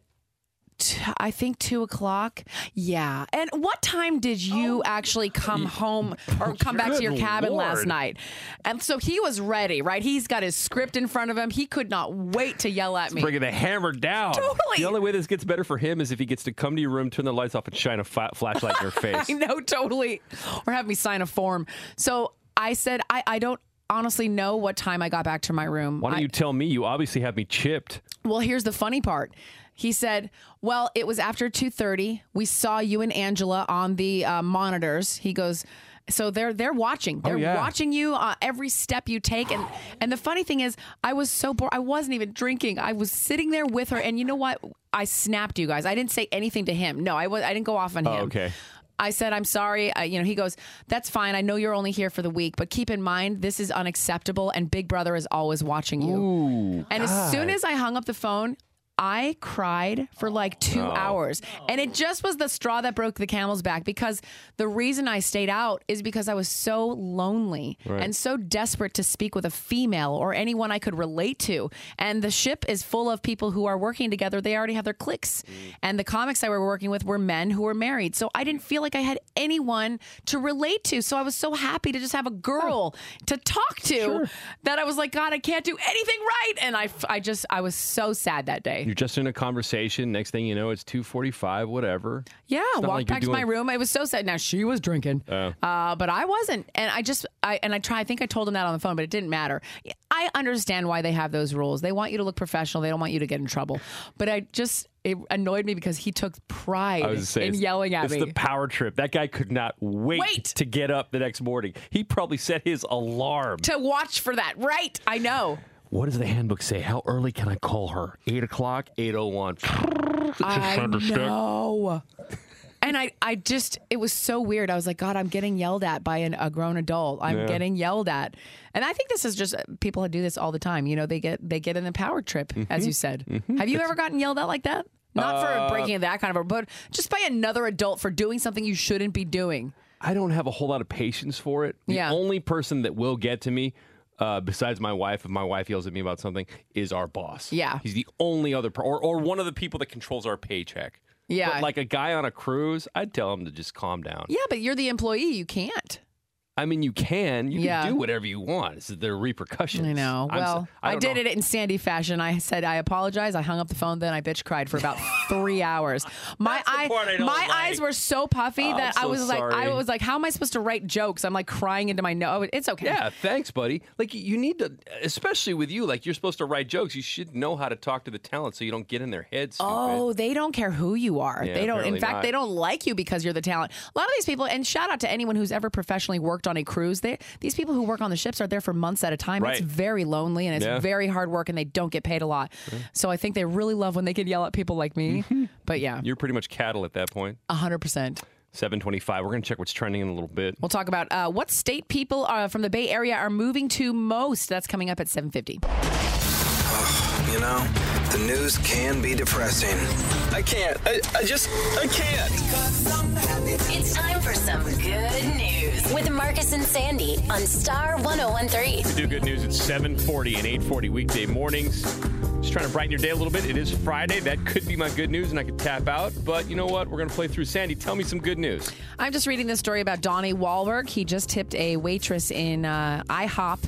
Speaker 3: "T- I think two o'clock. Yeah. And what time did you actually come home or come back to your
Speaker 12: Good
Speaker 3: cabin last
Speaker 12: Lord.
Speaker 3: night? And so he was ready, right? He's got his script in front of him. He could not wait to yell at me.
Speaker 2: Bringing the hammer down.
Speaker 3: Totally.
Speaker 2: The only way this gets better for him is if he gets to come to your room, turn the lights off, and shine a fa- flashlight in your face.
Speaker 3: I know, totally. Or have me sign a form. So I said, I, I don't honestly know what time I got back to my room.
Speaker 2: Why don't
Speaker 3: I-
Speaker 2: you tell me? You obviously have me chipped.
Speaker 3: well, here's the funny part. He said, "Well, it was after 2:30. We saw you and Angela on the uh, monitors." He goes, "So they're they're watching. They're
Speaker 2: Oh, yeah.
Speaker 3: watching you uh, every step you take." And and the funny thing is, I was so bored. I wasn't even drinking. I was sitting there with her, and you know what? I snapped you guys. I didn't say anything to him. No, I was. I didn't go off on
Speaker 2: Oh,
Speaker 3: him.
Speaker 2: okay.
Speaker 3: I said, I'm sorry. I, you know, he goes, That's fine. I know you're only here for the week, but keep in mind, this is unacceptable, and Big Brother is always watching you. and as soon as I hung up the phone, I cried for like two
Speaker 12: No.
Speaker 3: hours. And it just was the straw that broke the camel's back because the reason I stayed out is because I was so lonely
Speaker 12: Right.
Speaker 3: and so desperate to speak with a female or anyone I could relate to. And the ship is full of people who are working together. They already have their cliques.
Speaker 2: Mm.
Speaker 3: And the comics I were working with were men who were married. So I didn't feel like I had anyone to relate to. So I was so happy to just have a girl to talk to that I was like, God, I can't do anything right. And I, I just, I was so sad that day.
Speaker 2: You're just in a conversation. Next thing you know, it's 2:45, whatever.
Speaker 3: Yeah,
Speaker 2: It's
Speaker 3: walked
Speaker 2: not like you're
Speaker 3: back to my
Speaker 2: doing-
Speaker 3: room. I was so sad. Now she was drinking,
Speaker 2: Oh.
Speaker 3: uh, but I wasn't, and I just I and I try. I think I told him that on the phone, but it didn't matter. I understand why they have those rules. They want you to look professional. They don't want you to get in trouble. But I just it annoyed me because he took pride
Speaker 2: I was gonna say,
Speaker 3: in
Speaker 2: it's-
Speaker 3: yelling at
Speaker 2: it's
Speaker 3: me.
Speaker 2: the power trip. That guy could not wait,
Speaker 3: Wait.
Speaker 2: to get up the next morning. He probably set his alarm.
Speaker 3: to watch for that, right? I know.
Speaker 2: What does the handbook say? How early can I call her? Eight o'clock, eight oh one.
Speaker 3: I know. And I, I just, it was so weird. I was like, God, I'm getting yelled at by an, a grown adult. I'm
Speaker 2: Yeah.
Speaker 3: getting yelled at. And I think this is just people who do this all the time. You know, they get they get in the power trip, as you
Speaker 12: Mhm.
Speaker 3: said. Have you ever gotten yelled at like that? Not
Speaker 2: Mm-hmm. Uh,
Speaker 3: for breaking that kind of, a, but just by another adult for doing something you shouldn't be doing.
Speaker 2: I don't have a whole lot of patience for it. The
Speaker 3: Yeah.
Speaker 2: only person that will get to me, uh, besides my wife, if my wife yells at me about something, is our boss.
Speaker 3: Yeah.
Speaker 2: He's the only other, per- or, or one of the people that controls our paycheck.
Speaker 3: Yeah.
Speaker 2: But like a guy on a cruise, I'd tell him to just calm down.
Speaker 3: Yeah, but you're the employee. You can't.
Speaker 2: I mean, you can. You
Speaker 3: Yeah.
Speaker 2: can do whatever you want. It's, there are repercussions.
Speaker 3: I know.
Speaker 2: I'm so-
Speaker 3: well, I,
Speaker 2: don't
Speaker 3: did
Speaker 2: know.
Speaker 3: it in Sandy fashion. I said I apologize. I hung up the phone. Then I bitch cried for about three hours. My eye,
Speaker 12: I
Speaker 3: my
Speaker 12: don't like.
Speaker 3: eyes were so puffy
Speaker 2: Oh,
Speaker 3: that
Speaker 2: I'm
Speaker 3: I
Speaker 2: so
Speaker 3: was like,
Speaker 2: sorry.
Speaker 3: I was like, how am I supposed to write jokes? I'm like crying into my nose. It's okay.
Speaker 2: Yeah, thanks, buddy. Like y- you need to, especially with you. Like you're supposed to write jokes. You should know how to talk to the talent so you don't get in their heads.
Speaker 3: Oh, they don't care who you are.
Speaker 2: Yeah,
Speaker 3: they don't. In
Speaker 2: apparently
Speaker 3: fact,
Speaker 2: not.
Speaker 3: they don't like you because you're the talent. A lot of these people, and shout out to anyone who's ever professionally worked on a cruise. They, these people who work on the ships are there for months at a time.
Speaker 2: Right.
Speaker 3: It's very lonely and it's
Speaker 2: Yeah.
Speaker 3: very hard work, and they don't get paid a lot. So I think they really love when they can yell at people like me. But yeah,
Speaker 2: You're pretty much cattle at that point.
Speaker 3: hundred percent.
Speaker 2: 725. We're going to check what's trending in a little bit.
Speaker 3: We'll talk about uh, what state people uh, from the Bay Area are moving to most. That's coming up at 750.
Speaker 6: You know, the news can be depressing. I can't. I, I just, I can't.
Speaker 1: It's time for some good news with Marcus and Sandy on Star 1013.
Speaker 2: We do good news. It's 740 and 840 weekday mornings. Just trying to brighten your day a little bit. It is Friday. That could be my good news, and I could tap out. But you know what? We're going to play through Sandy. Tell me some good news.
Speaker 3: I'm just reading this story about Donnie Wahlberg. He just tipped a waitress in uh, IHOP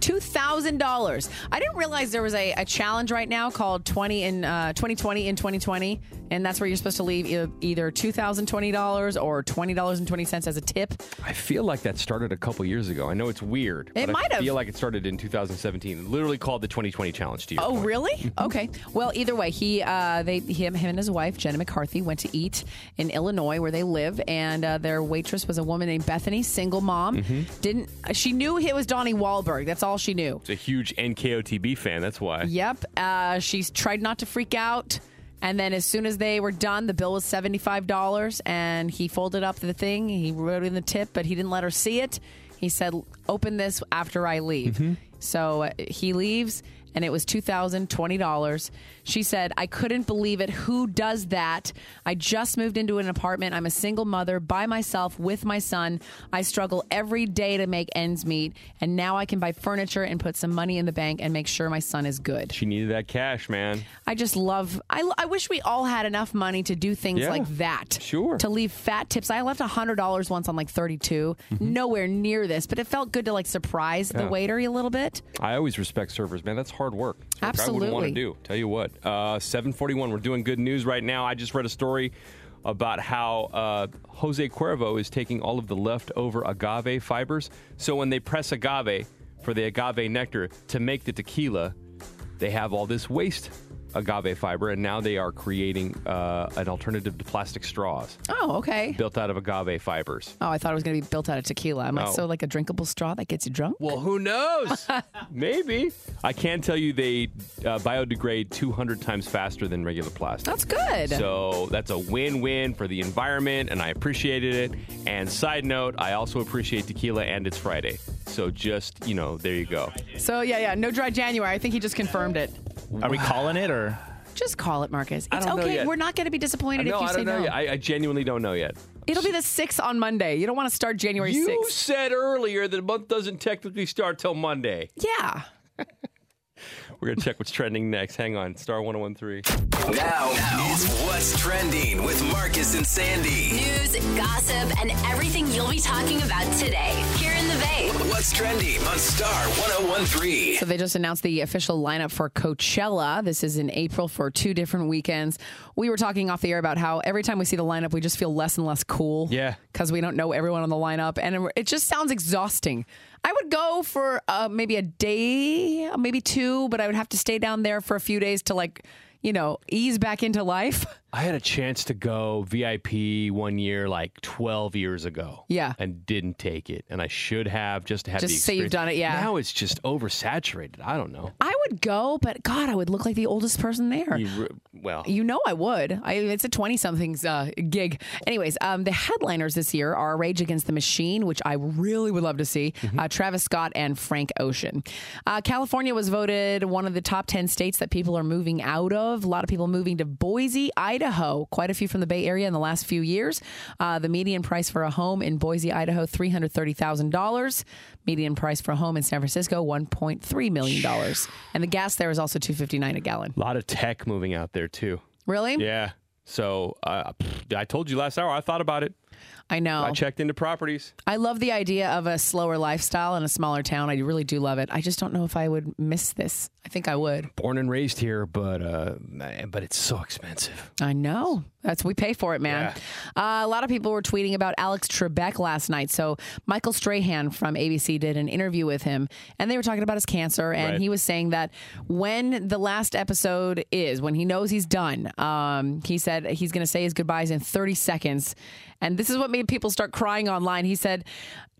Speaker 3: $2,000. I didn't realize there was a, a challenge right now called 20 in uh, 2020 in 2020. And that's where you're supposed to leave e- either $2,020 or $20.20 as a tip.
Speaker 2: I feel like that started a couple years ago. I know it's weird.
Speaker 3: It
Speaker 2: but
Speaker 3: might
Speaker 2: I
Speaker 3: have.
Speaker 2: feel like it started in 2017. It literally called the 2020 challenge to you.
Speaker 3: Oh, really? Okay. Well, either way, he, uh, they, him, him and his wife Jenna McCarthy went to eat in Illinois where they live, and uh, their waitress was a woman named Bethany, single mom.
Speaker 2: Mhm.
Speaker 3: Didn't she knew it was Donnie Wahlberg? That's all she knew.
Speaker 2: It's a huge NKOTB fan. That's why.
Speaker 3: Yep. Uh, she tried not to freak out. And then, as soon as they were done, the bill was $75. And he folded up the thing. He wrote in the tip, but he didn't let her see it. He said, Open this after I leave. So uh, he leaves, and it was $2,020. She said, I couldn't believe it. Who does that? I just moved into an apartment. I'm a single mother by myself with my son. I struggle every day to make ends meet. And now I can buy furniture and put some money in the bank and make sure my son is good.
Speaker 2: She needed that cash, man.
Speaker 3: I just love. I, I wish we all had enough money to do things
Speaker 2: Yeah.
Speaker 3: like that.
Speaker 2: Sure.
Speaker 3: To leave fat tips. I left hundred dollars once on like thirty-two. Nowhere near this, but it felt good to like surprise
Speaker 2: Mm-hmm. Yeah.
Speaker 3: the waiter a little bit.
Speaker 2: I always respect servers, man. That's hard work. It's work I wouldn't want
Speaker 3: Absolutely.
Speaker 2: to do. Tell you what. Uh, 741, we're doing good news right now. I just read a story about how uh, Jose Cuervo is taking all of the leftover agave fibers. So when they press agave for the agave nectar to make the tequila, they have all this waste agave fiber, and now they are creating uh, an alternative to plastic straws
Speaker 3: Oh, okay.
Speaker 2: built out of agave fibers.
Speaker 3: Oh, I thought it was going to be built out of tequila. I'm like,
Speaker 2: No.
Speaker 3: so like a drinkable straw that gets you drunk.
Speaker 2: Well, who knows? Maybe. I can tell you they uh, biodegrade 200 times faster than regular plastic.
Speaker 3: That's good.
Speaker 2: So that's a win win for the environment, and I appreciated it. And side note, I also appreciate tequila, and it's Friday. So just, you know, there you go.
Speaker 3: So yeah, yeah. No dry January. I think he just confirmed it.
Speaker 2: Are we calling it or?
Speaker 3: Just call it, Marcus.
Speaker 2: I
Speaker 3: It's
Speaker 2: don't know
Speaker 3: okay.
Speaker 2: yet.
Speaker 3: We're not going to be disappointed
Speaker 2: no,
Speaker 3: if you
Speaker 2: I
Speaker 3: say
Speaker 2: don't know.
Speaker 3: no.
Speaker 2: yet. I, I genuinely don't know yet.
Speaker 3: It'll be the sixth on Monday. You don't want to start January
Speaker 2: you
Speaker 3: sixth.
Speaker 2: said earlier that the month doesn't technically start till Monday.
Speaker 3: Yeah.
Speaker 2: We're going to check what's trending next. Hang on. Star 1013.
Speaker 6: Now, it's What's Trending with Marcus and Sandy.
Speaker 1: News, gossip, and everything you'll be talking about today here in the Bay.
Speaker 6: What's Trending on Star 1013.
Speaker 3: So they just announced the official lineup for Coachella. This is in April for two different weekends. We were talking off the air about how every time we see the lineup, we just feel less and less cool. Yeah. Because we don't know everyone on the lineup. And it just sounds exhausting. I would go for uh, maybe a day, maybe two, but I would have to stay down there for a few days to like, you know, ease back into life.
Speaker 2: I had a chance to go VIP one year, like 12 years ago.
Speaker 3: Yeah.
Speaker 2: And didn't take it. And I should have just had the
Speaker 3: Just say you've
Speaker 2: experience.
Speaker 3: done it, yeah.
Speaker 2: Now it's just oversaturated. I don't know.
Speaker 3: I would go, but God, I would look like the oldest person there.
Speaker 2: You re- well,
Speaker 3: You know I would. I, it's a 20 somethings uh, gig. Anyways, um, the headliners this year are Rage Against the Machine, which I really would love to see, uh, Travis Scott, and Frank Ocean. Uh, California was voted one of the top 10 states that people are moving out of. A lot of people moving to Boise, Idaho, quite a few from the Bay Area in the last few years. Uh, the median price for a home in Boise, Idaho, $330,000. Median price for a home in San Francisco, $1.3 million. And the gas there is also 259 a gallon.
Speaker 2: a lot of tech moving out there, too.
Speaker 3: Really?
Speaker 2: Yeah. So uh, pfft, I told you last hour, I thought about it.
Speaker 3: I know.
Speaker 2: I checked into properties.
Speaker 3: I love the idea of a slower lifestyle in a smaller town. I really do love it. I just don't know if I would miss this. I think I would.
Speaker 2: Born and raised here, but uh, man, but it's so expensive.
Speaker 3: I know. That's we pay for it, man. Uh, a lot of people were tweeting about Alex Trebek last night. So Michael Strahan from ABC did an interview with him, and they were talking about his cancer, and
Speaker 12: Right.
Speaker 3: he was saying that when the last episode is, when he knows he's done, um, he said he's going to say his goodbyes in 30 seconds, and this is what made people start crying online. He said,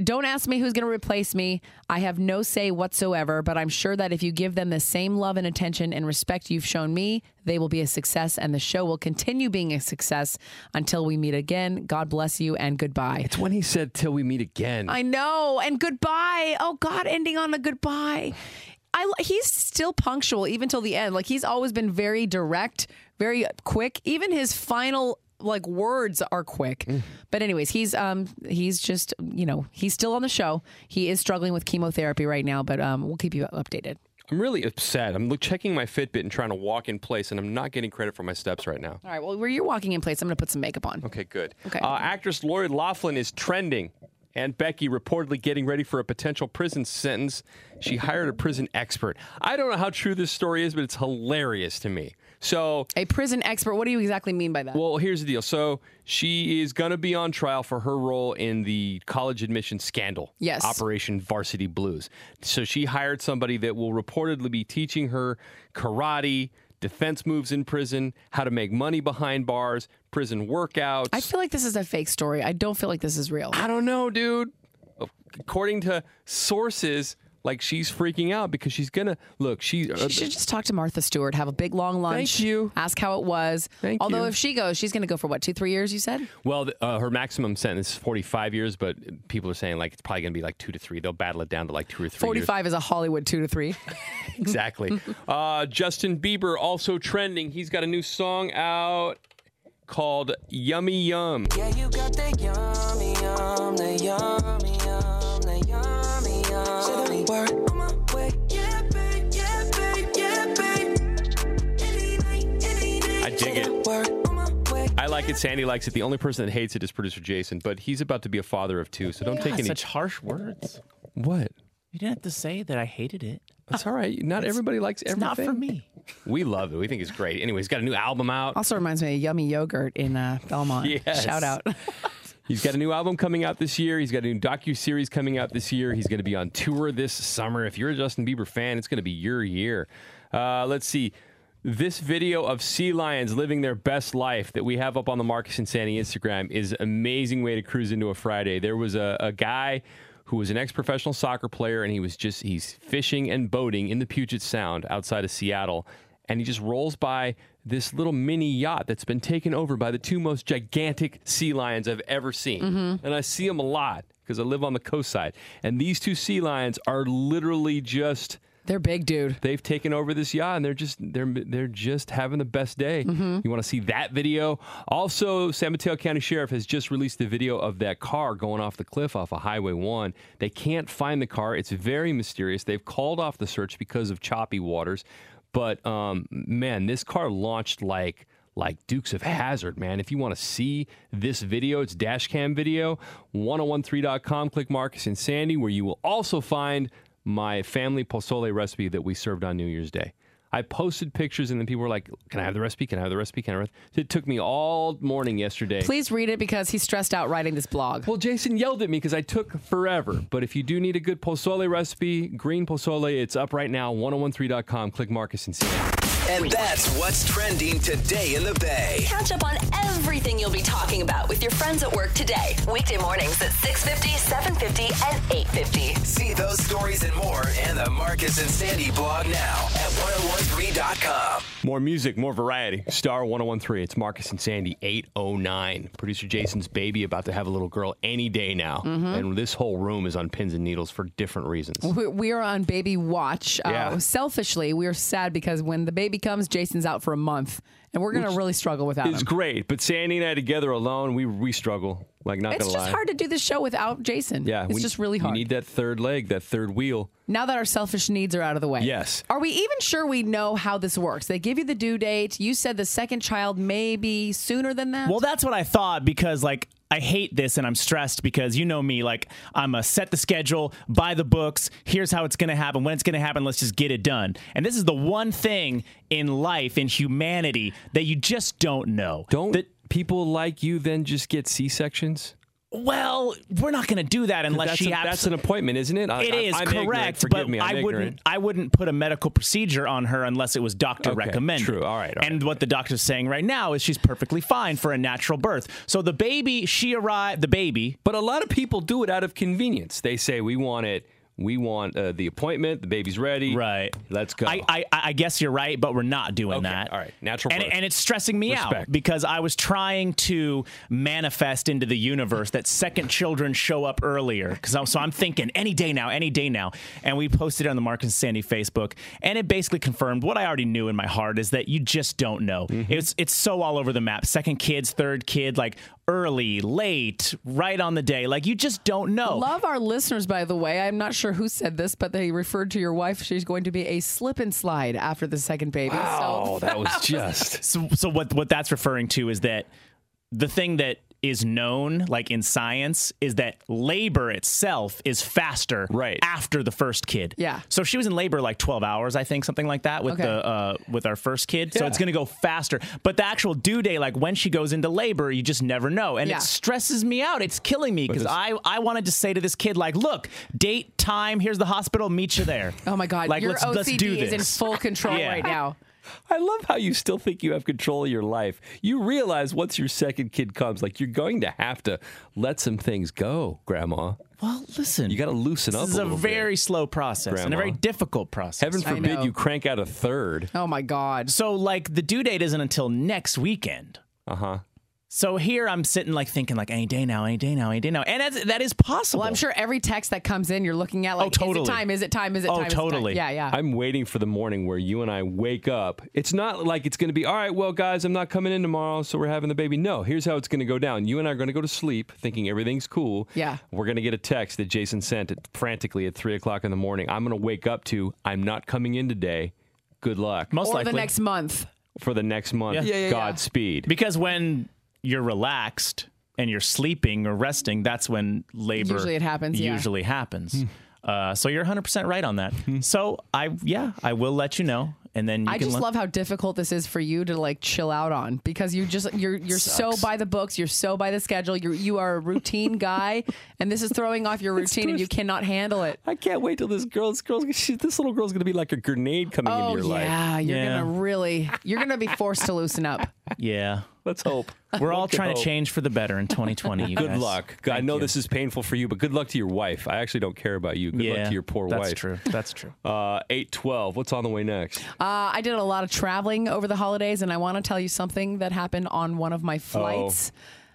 Speaker 3: "Don't ask me who's going to replace me. I have no say whatsoever, but I'm sure that if you give them the same love and attention and respect you've shown me, they will be a success and the show will continue being a success until we meet again. God bless you and goodbye. It's
Speaker 2: when he said till we meet again.
Speaker 3: I know. And goodbye. Oh God, ending on a goodbye. I he's still punctual even till the end. Like he's always been very direct, very quick. Even his final like words are quick.
Speaker 2: Mm.
Speaker 3: But anyways, he's um he's just, you know, he's still on the show. He is struggling with chemotherapy right now, but um we'll keep you updated.
Speaker 2: I'm really upset. I'm look- checking my Fitbit and trying to walk in place, and I'm not getting credit for my steps right now.
Speaker 3: All right, well, where you're walking in place, I'm going to put some makeup on.
Speaker 2: Okay, good. Okay. Uh, actress Lori Laughlin is trending Aunt Becky reportedly getting ready for a potential prison sentence. She hired a prison expert. I don't know how true this story is, but it's hilarious to me. So,
Speaker 3: a prison expert, what do you exactly mean by that?
Speaker 2: Well, here's the deal. So, she is going to be on trial for her role in the college admission scandal.
Speaker 3: Yes.
Speaker 2: Operation Varsity Blues. So, she hired somebody that will reportedly be teaching her karate, defense moves in prison, how to make money behind bars, prison workouts.
Speaker 3: I feel like this is a fake story. I don't feel like this is real.
Speaker 2: I don't know, dude. According to sources, like she's freaking out because she's gonna look. She, uh,
Speaker 3: She should just talk to Martha Stewart, have a big long lunch. Thank you. Ask how it was. Thank Although
Speaker 2: you.
Speaker 3: if she goes, she's going to go for what, two, three years, you said?
Speaker 2: Well, th- uh, her maximum sentence is 45 years, but people are saying like it's probably going to be like two to three. They'll battle it down to like two or three.
Speaker 3: 45 is a Hollywood two to three.
Speaker 2: Years. Exactly. uh, Justin Bieber also trending. He's got a new song out called Yummy Yum.
Speaker 8: Yeah, you got the yummy, yum, the yummy, yum, the yummy, yum. Say the word on my way. Yeah, babe, yeah, babe, yeah, babe. Any night, any night.
Speaker 2: I dig it.
Speaker 8: Word on my way.
Speaker 2: I like it. Sandy likes it. The only person that hates it is producer Jason, but he's about to be a father of two, so don't take
Speaker 4: God,
Speaker 2: any.
Speaker 4: such harsh words.
Speaker 2: what?
Speaker 4: You didn't have to say that I hated it.
Speaker 2: That's all right. Not everybody likes
Speaker 4: It's not for
Speaker 2: everything.
Speaker 4: me.
Speaker 2: We love it. We think it's great. Anyway, he's got a new album out.
Speaker 3: Also reminds me of yummy yogurt in uh, Belmont.
Speaker 2: Yes.
Speaker 3: Shout out.
Speaker 2: He's got a new album coming out this year. He's got a new docu series coming out this year. He's going to be on tour this summer. If you're a Justin Bieber fan, it's going to be your year. Uh, let's see. This video of sea lions living their best life that we have up on the Marcus and Sandy Instagram is an amazing way to cruise into a Friday. There was a, a guy who was an ex-professional soccer player and he was just he's fishing and boating in the Puget Sound outside of Seattle and he just rolls by this little mini yacht that's been taken over by the two most gigantic sea lions I've ever seen.
Speaker 3: Mm-hmm.
Speaker 2: And I see them a lot because I live on the coast side. And these two sea lions are literally just
Speaker 3: They're big, dude.
Speaker 2: they've taken over this yacht and they're just they're they're just having the best day.
Speaker 3: Mm-hmm.
Speaker 2: You want to see that video? Also, San Mateo County Sheriff has just released the video of that car going off the cliff off of Highway 1. They can't find the car. It's very mysterious. They've called off the search because of choppy waters. But um, man, this car launched like like Dukes of Hazard, man. If you want to see this video, it's dash cam video, 1013.com. Click Marcus and Sandy, where you will also find my family pozole recipe that we served on New Year's Day. I posted pictures and then people were like, Can I have the recipe? Can I have the recipe? Can I have the-" It took me all morning yesterday.
Speaker 3: Please read it because he's stressed out writing this blog.
Speaker 2: Well, Jason yelled at me because I took forever. But if you do need a good pozole recipe, green pozole, it's up right now, 1013.com. Click Marcus and Sandy.
Speaker 6: And that's what's trending today in the Bay.
Speaker 1: Catch up on everything you'll be talking about with your friends at work today. Weekday mornings at 6.50, 7.50, and 8.50.
Speaker 6: See those stories and more in the Marcus and Sandy blog now at 1013.com.
Speaker 2: More music, more variety. Star 1013. It's Marcus and Sandy 809. Producer Jason's baby about to have a little girl any day now.
Speaker 3: Mm-hmm.
Speaker 2: And this whole room is on pins and needles for different reasons.
Speaker 3: We- We are on baby watch.
Speaker 2: Yeah.
Speaker 3: Uh, selfishly, we are sad because when the baby comes, Jason's out for a month, and we're going to really struggle without him.
Speaker 2: It's great, but Sandy and I together alone, we we struggle. Like not
Speaker 3: It's
Speaker 2: gonna
Speaker 3: just
Speaker 2: lie.
Speaker 3: hard to do this show without Jason.
Speaker 2: Yeah,
Speaker 3: it's
Speaker 2: we-
Speaker 3: just really
Speaker 2: you
Speaker 3: hard.
Speaker 2: need that third leg, that third wheel.
Speaker 3: Now that our selfish needs are out of the way.
Speaker 2: Yes.
Speaker 3: Are we even sure we know how this works? They give you the due date. You said the second child maybe sooner than that.
Speaker 4: Well, that's what I thought because like I hate this and I'm stressed because you know me like I'm a set the schedule, buy the books, here's how it's going to happen, when it's going to happen, let's just get it done. And this is the one thing in life in humanity that you just don't know.
Speaker 2: Don't
Speaker 4: That-
Speaker 2: people like you then just get C sections?
Speaker 4: well, we're not going to do that unless
Speaker 2: That's,
Speaker 4: she
Speaker 2: a-
Speaker 4: abs-
Speaker 2: that's an appointment, isn't it? I,
Speaker 4: It
Speaker 2: I-
Speaker 4: is
Speaker 2: I'm ignorant.
Speaker 4: correct,
Speaker 2: Forgive
Speaker 4: but
Speaker 2: me, I'm
Speaker 4: I
Speaker 2: ignorant.
Speaker 4: wouldn't. I wouldn't put a medical procedure on her unless it was doctor
Speaker 2: Okay,
Speaker 4: recommended.
Speaker 2: true. All right, all
Speaker 4: and what the doctor's saying right now is she's perfectly fine for a natural birth. So the baby, she arrived. The baby,
Speaker 2: But a lot of people do it out of convenience. They say we want it. We want uh, the appointment. The baby's ready.
Speaker 4: Right.
Speaker 2: Let's go.
Speaker 4: I, I, I guess you're right, but we're not doing
Speaker 2: Okay,
Speaker 4: that.
Speaker 2: all right, natural
Speaker 4: And,
Speaker 2: birth.
Speaker 4: and it's stressing me out
Speaker 2: Respect.
Speaker 4: because I was trying to manifest into the universe that second children show up earlier. Because I'm, so I'm thinking any day now, any day now. And we posted it on the Mark and Sandy Facebook, and it basically confirmed what I already knew in my heart is that you just don't know. It's it's so all over the map. Second kids, third kid, like early, late, right on the day. Like you just don't know.
Speaker 3: Love our listeners, by the way. I'm not sure who said this, but they referred to your wife. She's going to be a slip and slide after the second baby. So
Speaker 2: oh, that was just.
Speaker 4: So, so what what that's referring to is that the thing that is known, like in science, is that labor itself is faster right. after the first kid.
Speaker 3: Yeah.
Speaker 4: So she was in labor like 12 hours, I think, something like that, with
Speaker 3: Okay.
Speaker 4: the uh, with our first kid. So
Speaker 3: Yeah.
Speaker 4: it's going to go faster. But the actual due date, like when she goes into labor, you just never know, and
Speaker 3: Yeah.
Speaker 4: it stresses me out. It's killing me because
Speaker 3: it's-
Speaker 4: I I wanted to say to this kid like, look, date, time, here's the hospital, meet you there.
Speaker 3: Oh my god,
Speaker 4: Like
Speaker 3: your
Speaker 4: let's
Speaker 3: OCD
Speaker 4: let's do
Speaker 3: is
Speaker 4: this.
Speaker 3: in full control
Speaker 2: Yeah.
Speaker 3: right now.
Speaker 2: I love how you still think you have control of your life. You realize once your second kid comes, like you're going to have to let some things go, Grandma.
Speaker 4: Well, listen,
Speaker 2: you got to loosen
Speaker 4: this
Speaker 2: up.
Speaker 4: is a,
Speaker 2: little bit,
Speaker 4: very slow process and
Speaker 2: Grandma.
Speaker 4: a very difficult process.
Speaker 2: Heaven
Speaker 4: I know.
Speaker 2: forbid you crank out a third.
Speaker 3: Oh my god.
Speaker 4: So like the due date isn't until next weekend.
Speaker 2: Uh huh.
Speaker 4: So here I'm sitting like thinking like any day now, any day now, any day now, and that's, that is possible.
Speaker 3: Well, I'm sure every text that comes in, you're looking at like,
Speaker 2: Oh, totally.
Speaker 3: is it time? Is it time? Is it
Speaker 2: oh,
Speaker 3: time? Is it time?
Speaker 2: totally.
Speaker 3: Yeah, yeah.
Speaker 2: I'm waiting for the morning where you and I wake up. It's not like it's going to be, all right, well, guys, I'm not coming in tomorrow, so we're having the baby. No, here's how it's going to go down. You and I are going to go to sleep thinking everything's cool.
Speaker 3: Yeah.
Speaker 2: We're going to get a text that Jason sent at, frantically at three o'clock in the morning. I'm going to wake up to, I'm not coming in today. Good luck.
Speaker 4: Most
Speaker 3: or the next month.
Speaker 2: for the next month.
Speaker 4: Yeah. Yeah, yeah, yeah.
Speaker 2: Godspeed.
Speaker 4: Because when you're relaxed and you're sleeping or resting, that's when labor
Speaker 3: Usually it happens, yeah. Hmm.
Speaker 4: Usually happens. Uh, so you're 100% right on that. so I, yeah, I will let you know, and then you
Speaker 3: I
Speaker 4: can
Speaker 3: just
Speaker 4: let-
Speaker 3: love how difficult this is for you to like chill out on because you just you're you're so by the books, you're so by the schedule, you you are a routine guy, and this is throwing off your routine, and you cannot handle it.
Speaker 2: I can't wait till this girl, this girl's, she, this little girl's going to be like a grenade coming
Speaker 3: Oh
Speaker 2: into your life.
Speaker 3: yeah, you're gonna really you're gonna be forced to loosen up.
Speaker 4: Yeah.
Speaker 2: Let's hope.
Speaker 4: We're all
Speaker 2: One can
Speaker 4: trying to
Speaker 2: hope.
Speaker 4: change for the better in 2020. You
Speaker 2: good
Speaker 4: guys.
Speaker 2: luck. I know this is painful for you, but good luck to your wife. I actually don't care about you. Good luck
Speaker 4: Yeah,
Speaker 2: to your poor
Speaker 4: that's
Speaker 2: wife.
Speaker 4: true. That's true.
Speaker 2: Uh, Eight twelve. What's on the way next?
Speaker 3: Uh, I did a lot of traveling over the holidays, and I want to tell you something that happened on one of
Speaker 2: Oh.
Speaker 3: my flights.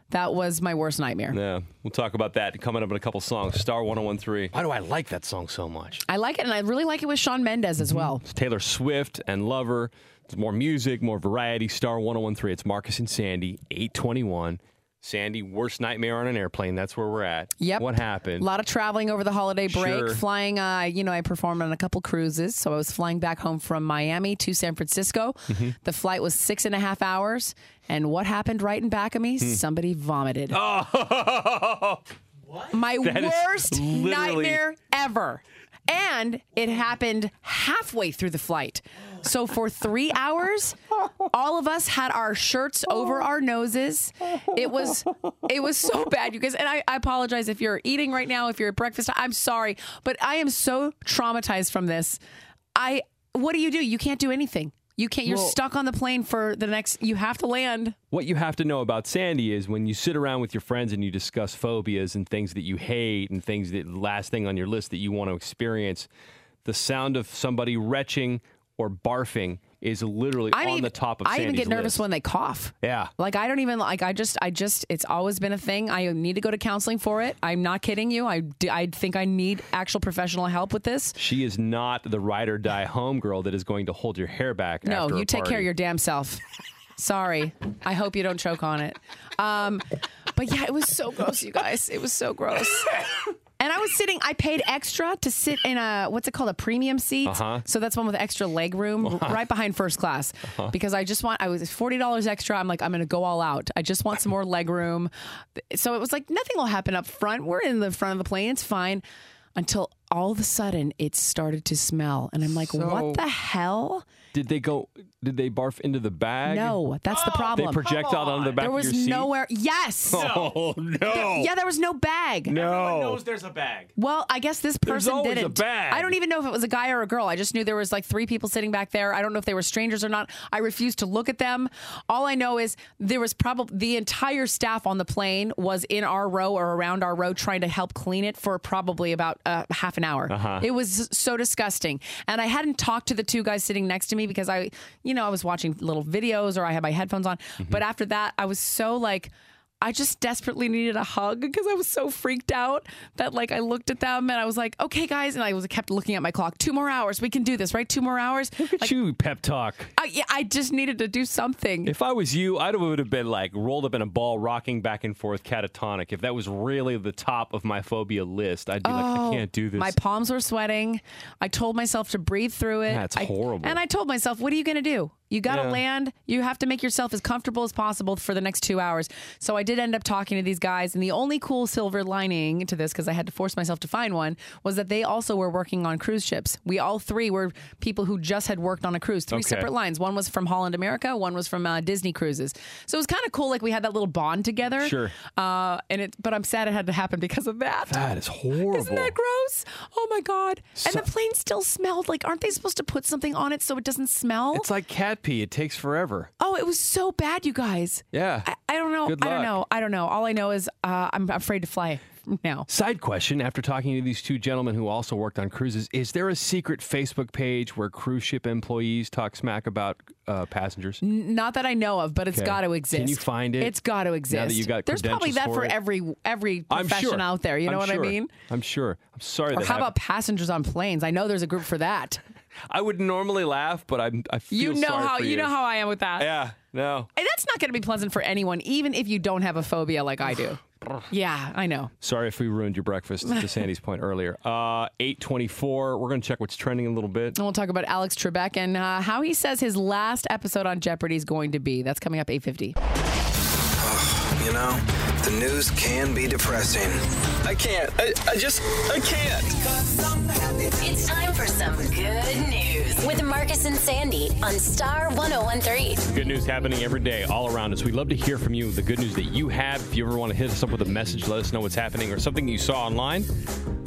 Speaker 3: That was my worst nightmare.
Speaker 2: Yeah, we'll talk about that coming up in a couple songs. Star one zero one three. Why do I like that song so much?
Speaker 3: I like it, and I really like it with Sean Mendez as well.
Speaker 2: It's Taylor Swift and Lover. It's more music, more variety. Star one zero one three. It's Marcus and Sandy. Eight twenty one. Sandy, worst nightmare on an airplane. That's where we're at.
Speaker 3: Yep.
Speaker 2: What happened?
Speaker 3: A lot of traveling over the holiday break.
Speaker 2: Sure.
Speaker 3: Flying, uh, you know, I performed on a couple cruises. So I was flying back home from Miami to San Francisco.
Speaker 2: Mhm.
Speaker 3: The flight was six and a half hours. And what happened right in back of me?
Speaker 2: Hmm.
Speaker 3: Somebody vomited.
Speaker 2: Oh.
Speaker 3: My
Speaker 2: That is
Speaker 3: worst
Speaker 2: literally-
Speaker 3: nightmare ever. And it happened halfway through the flight. So for three hours, all of us had our shirts over our noses. It was it was so bad, you guys. And I, I apologize if you're eating right now, if you're at breakfast. I'm sorry. But I am so traumatized from this. I what do you do? You can't do anything. You can't you're
Speaker 2: Well-
Speaker 3: stuck on the plane for the next you have to land.
Speaker 2: What you have to know about Sandy is when you sit around with your friends and you discuss phobias and things that you hate and things that last thing on your list that you want to experience, the sound of somebody retching or barfing is literally
Speaker 3: I
Speaker 2: on
Speaker 3: even-
Speaker 2: the top of
Speaker 3: I even
Speaker 2: Sandy's
Speaker 3: get nervous
Speaker 2: list.
Speaker 3: when they cough.
Speaker 2: Yeah.
Speaker 3: Like I don't even like I just I just it's always been a thing. I need to go to counseling for it. I'm not kidding you. I d- I think I need actual professional help with this.
Speaker 2: She is not the ride or die homegirl that is going to hold your hair back.
Speaker 3: No,
Speaker 2: after a
Speaker 3: you take care
Speaker 2: party.
Speaker 3: of your damn self. Sorry. I hope you don't choke on it. Um, but yeah, it was so gross, you guys. It was so gross. And I was sitting. I paid extra to sit in a what's it called, a premium seat.
Speaker 2: Uh-huh.
Speaker 3: So that's one with extra leg room, r- right behind first class,
Speaker 2: Uh-huh.
Speaker 3: because I just want. I was forty dollars extra. I'm like, I'm gonna go all out. I just want some more leg room. So it was like nothing will happen up front. We're in the front of the plane. It's fine. Until all of a sudden it started to smell, and I'm like,
Speaker 2: So-
Speaker 3: what the hell?
Speaker 2: Did they go? Did they barf into the bag?
Speaker 3: No, that's the problem.
Speaker 2: They projectile onto the back
Speaker 3: There was
Speaker 2: of your seat.
Speaker 3: nowhere. Yes.
Speaker 2: Oh no!
Speaker 3: Yeah, there was no bag.
Speaker 4: Oh.
Speaker 2: No.
Speaker 4: there's a bag.
Speaker 3: Well, I guess this
Speaker 4: There's
Speaker 3: person
Speaker 4: always a
Speaker 3: didn't.
Speaker 4: bag.
Speaker 3: I don't even know if it was a guy or a girl. I just knew there was like three people sitting back there. I don't know if they were strangers or not. I refused to look at them. All I know is there was probably the entire staff on the plane was in our row or around our row trying to help clean it for probably about uh, half an hour.
Speaker 13: Uh-huh.
Speaker 3: It was so disgusting. And I hadn't talked to the two guys sitting next to me because I, you know, I was watching little videos or I had my headphones on.
Speaker 2: Mm-hmm.
Speaker 3: But after that, I was so like, I just desperately needed a hug because I was so freaked out that like I looked at them and I was like, okay, guys, and I was kept looking at my clock. Two more hours, we can do this, right? Two more hours.
Speaker 2: Look at you, pep talk.
Speaker 3: I, yeah, I just needed to do something.
Speaker 2: If I was you, I would have been like rolled up in a ball, rocking back and forth, catatonic. If that was really the top of my phobia list, I'd be like, I
Speaker 3: Oh,
Speaker 2: can't do this.
Speaker 3: My palms were sweating. I told myself to breathe through it.
Speaker 2: That's
Speaker 3: I-
Speaker 2: horrible.
Speaker 3: And I told myself, what are you going to do? You got to
Speaker 13: Yeah.
Speaker 3: land. You have to make yourself as comfortable as possible for the next two hours. So I did end up talking to these guys, and the only cool silver lining to this, because I had to force myself to find one, was that they also were working on cruise ships. We all three were people who just had worked on a cruise, three
Speaker 9: Okay.
Speaker 3: separate lines. One was from Holland America, one was from uh, Disney Cruises. So it was kind of cool. Like we had that little bond together.
Speaker 2: Sure.
Speaker 3: Uh, and it, but I'm sad it had to happen because of that.
Speaker 2: That is horrible.
Speaker 3: Isn't that gross? Oh my god! and the plane still smelled. Like, aren't they supposed to put something on it so it doesn't smell?
Speaker 2: It's like cat pee. It takes forever.
Speaker 3: Oh, it was so bad, you guys.
Speaker 2: Yeah.
Speaker 3: I, I don't know.
Speaker 2: Good
Speaker 3: I don't
Speaker 2: luck.
Speaker 3: know. I don't know. All I know is uh, I'm afraid to fly now.
Speaker 2: Side question after talking to these two gentlemen who also worked on cruises, is there a secret Facebook page where cruise ship employees talk smack about uh, passengers?
Speaker 3: N- Not that I know of, but it's
Speaker 2: Okay.
Speaker 3: got to
Speaker 2: Can
Speaker 3: exist.
Speaker 2: you find it
Speaker 3: It's got
Speaker 2: now
Speaker 3: to
Speaker 2: that
Speaker 3: exist.
Speaker 2: you got
Speaker 3: There's probably
Speaker 2: credentials
Speaker 3: that
Speaker 2: for
Speaker 3: for
Speaker 2: it?
Speaker 3: every every
Speaker 2: I'm
Speaker 3: profession
Speaker 2: sure.
Speaker 3: out there. You know
Speaker 2: I'm
Speaker 3: what
Speaker 2: sure.
Speaker 3: I mean?
Speaker 2: I'm sure. I'm sorry
Speaker 3: Or
Speaker 2: that
Speaker 3: how about
Speaker 2: happened.
Speaker 3: passengers on planes? I know there's a group for that.
Speaker 2: I would normally laugh, but I'm, I feel
Speaker 3: You know
Speaker 2: sorry
Speaker 3: how
Speaker 2: for
Speaker 3: you know how I am with that.
Speaker 2: Yeah, no.
Speaker 3: And that's not going to be pleasant for anyone, even if you don't have a phobia like I do. yeah, I know.
Speaker 2: Sorry if we ruined your breakfast to Sandy's point earlier. Uh, 824. We're going to check what's trending a little bit.
Speaker 3: And we'll talk about Alex Trebek and uh, how he says his last episode on Jeopardy is going to be. That's coming up 850.
Speaker 6: You know, the news can be depressing. I can't. I, I just, I can't.
Speaker 1: It's time for some good news with Marcus and Sandy on Star 1013.
Speaker 2: Good news happening every day all around us. We'd love to hear from you the good news that you have. If you ever want to hit us up with a message, let us know what's happening or something you saw online.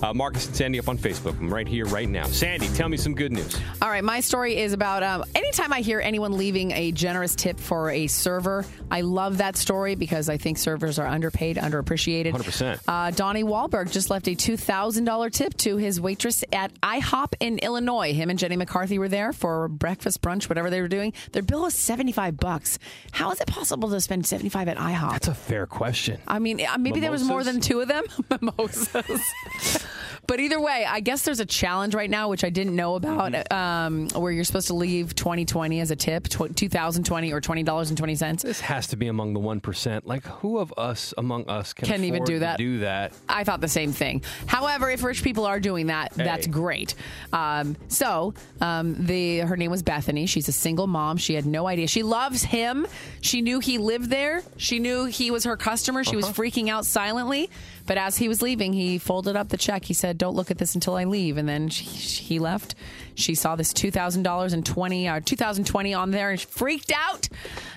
Speaker 2: Uh, Marcus and Sandy up on Facebook. I'm right here, right now. Sandy, tell me some good news.
Speaker 3: All right, my story is about um, anytime I hear anyone leaving a generous tip for a server, I love that story because I think servers are underpaid, underappreciated.
Speaker 2: 100%.
Speaker 3: Uh, Donnie Wahlberg just left a $2,000 tip to his waitress at IHOP in Illinois. Him and Jenny McCarthy were there for breakfast, brunch, whatever they were doing. Their bill was 75 bucks. How is it possible to spend 75 at IHOP? That's
Speaker 2: a fair question.
Speaker 3: I mean, uh, maybe there was more
Speaker 2: Mimosas?
Speaker 3: than two of them. Mimosas. but either way, I guess there's a challenge right now, which I didn't know about, um,
Speaker 2: Mm-hmm.
Speaker 3: where you're supposed to leave 2020 as a tip, tw- 2020 or $20.20.
Speaker 2: This has to be among the 1%. Like, who of us among us can,
Speaker 3: Can even
Speaker 2: afford
Speaker 3: do
Speaker 2: to
Speaker 3: that?
Speaker 2: do that?
Speaker 3: I thought the same thing. However, if rich people are doing that,
Speaker 2: Hey.
Speaker 3: that's great. Um, so um, the her name was Bethany. She's a single mom. She had no idea. She loves him. She knew he lived there. She knew he was her customer. She was
Speaker 9: Uh-huh.
Speaker 3: freaking out silently. But as he was leaving, he folded up the check. He said, "Don't look at this until I leave." And then she, she- he left. She saw this two thousand dollars and twenty or two thousand twenty on there, and she freaked out.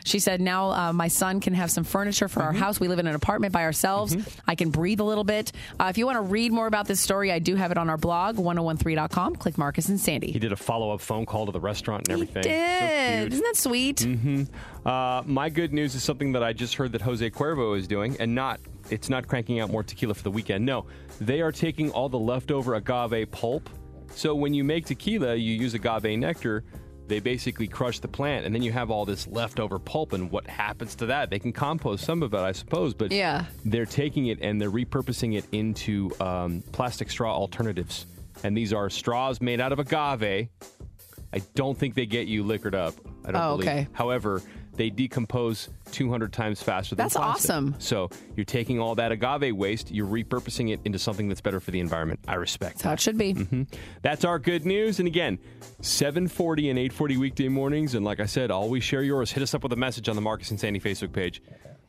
Speaker 3: She said, "Now uh, my son can have some furniture for our
Speaker 2: Mm-hmm.
Speaker 3: house. We live in an apartment by ourselves. I can breathe a little bit." Uh, if you want to read more about this story, I do have it on our blog, 1013.com. Click Marcus and Sandy.
Speaker 2: He did a follow up phone call to the restaurant and everything. So
Speaker 3: Did
Speaker 2: cute.
Speaker 3: isn't that sweet?
Speaker 2: hmm Uh, my good news is something that I just heard that Jose Cuervo is doing, and not it's not cranking out more tequila for the weekend. No, they are taking all the leftover agave pulp. So when you make tequila, you use agave nectar. They basically crush the plant, and then you have all this leftover pulp. And what happens to that? They can compost some of it, I suppose, but
Speaker 3: Yeah.
Speaker 2: they're taking it and they're repurposing it into um, plastic straw alternatives. And these are straws made out of agave. I don't think they get you liquored up. I don't
Speaker 3: Oh,
Speaker 2: believe.
Speaker 3: okay.
Speaker 2: However, they decompose 200 times faster than
Speaker 3: That's
Speaker 2: plastic.
Speaker 3: awesome.
Speaker 2: So you're taking all that agave waste, you're repurposing it into something that's better for the environment. I respect
Speaker 3: That's how it should be.
Speaker 2: hmm That's our good news. And again, 740 and 840 weekday mornings. And like I said, always share yours. Hit us up with a message on the Marcus and Sandy Facebook page.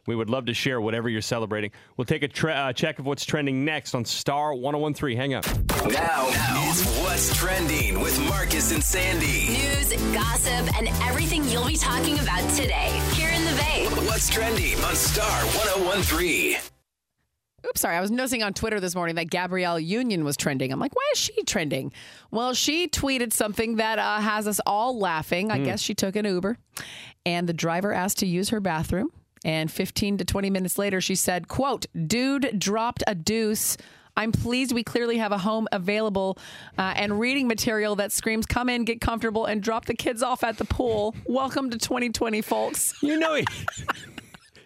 Speaker 2: We would love to share whatever you're celebrating. We'll take a tre- uh, check of what's trending next on Star 1013. Hang up.
Speaker 6: Now, it's what's trending with Marcus and Sandy.
Speaker 1: News, gossip, and everything you'll be talking about today here in the Bay.
Speaker 6: What's trending on Star 1013?
Speaker 3: Oops, sorry. I was noticing on Twitter this morning that Gabrielle Union was trending. I'm like, why is she trending? Well, she tweeted something that uh, has us all laughing. I
Speaker 9: Hmm.
Speaker 3: guess she took an Uber, and the driver asked to use her bathroom. And 15 to 20 minutes later, she said, "Quote: Dude dropped a deuce." I'm pleased we clearly have a home available uh, and reading material that screams, "Come in, get comfortable, and drop the kids off at the pool." Welcome to 2020, folks.
Speaker 2: You know he,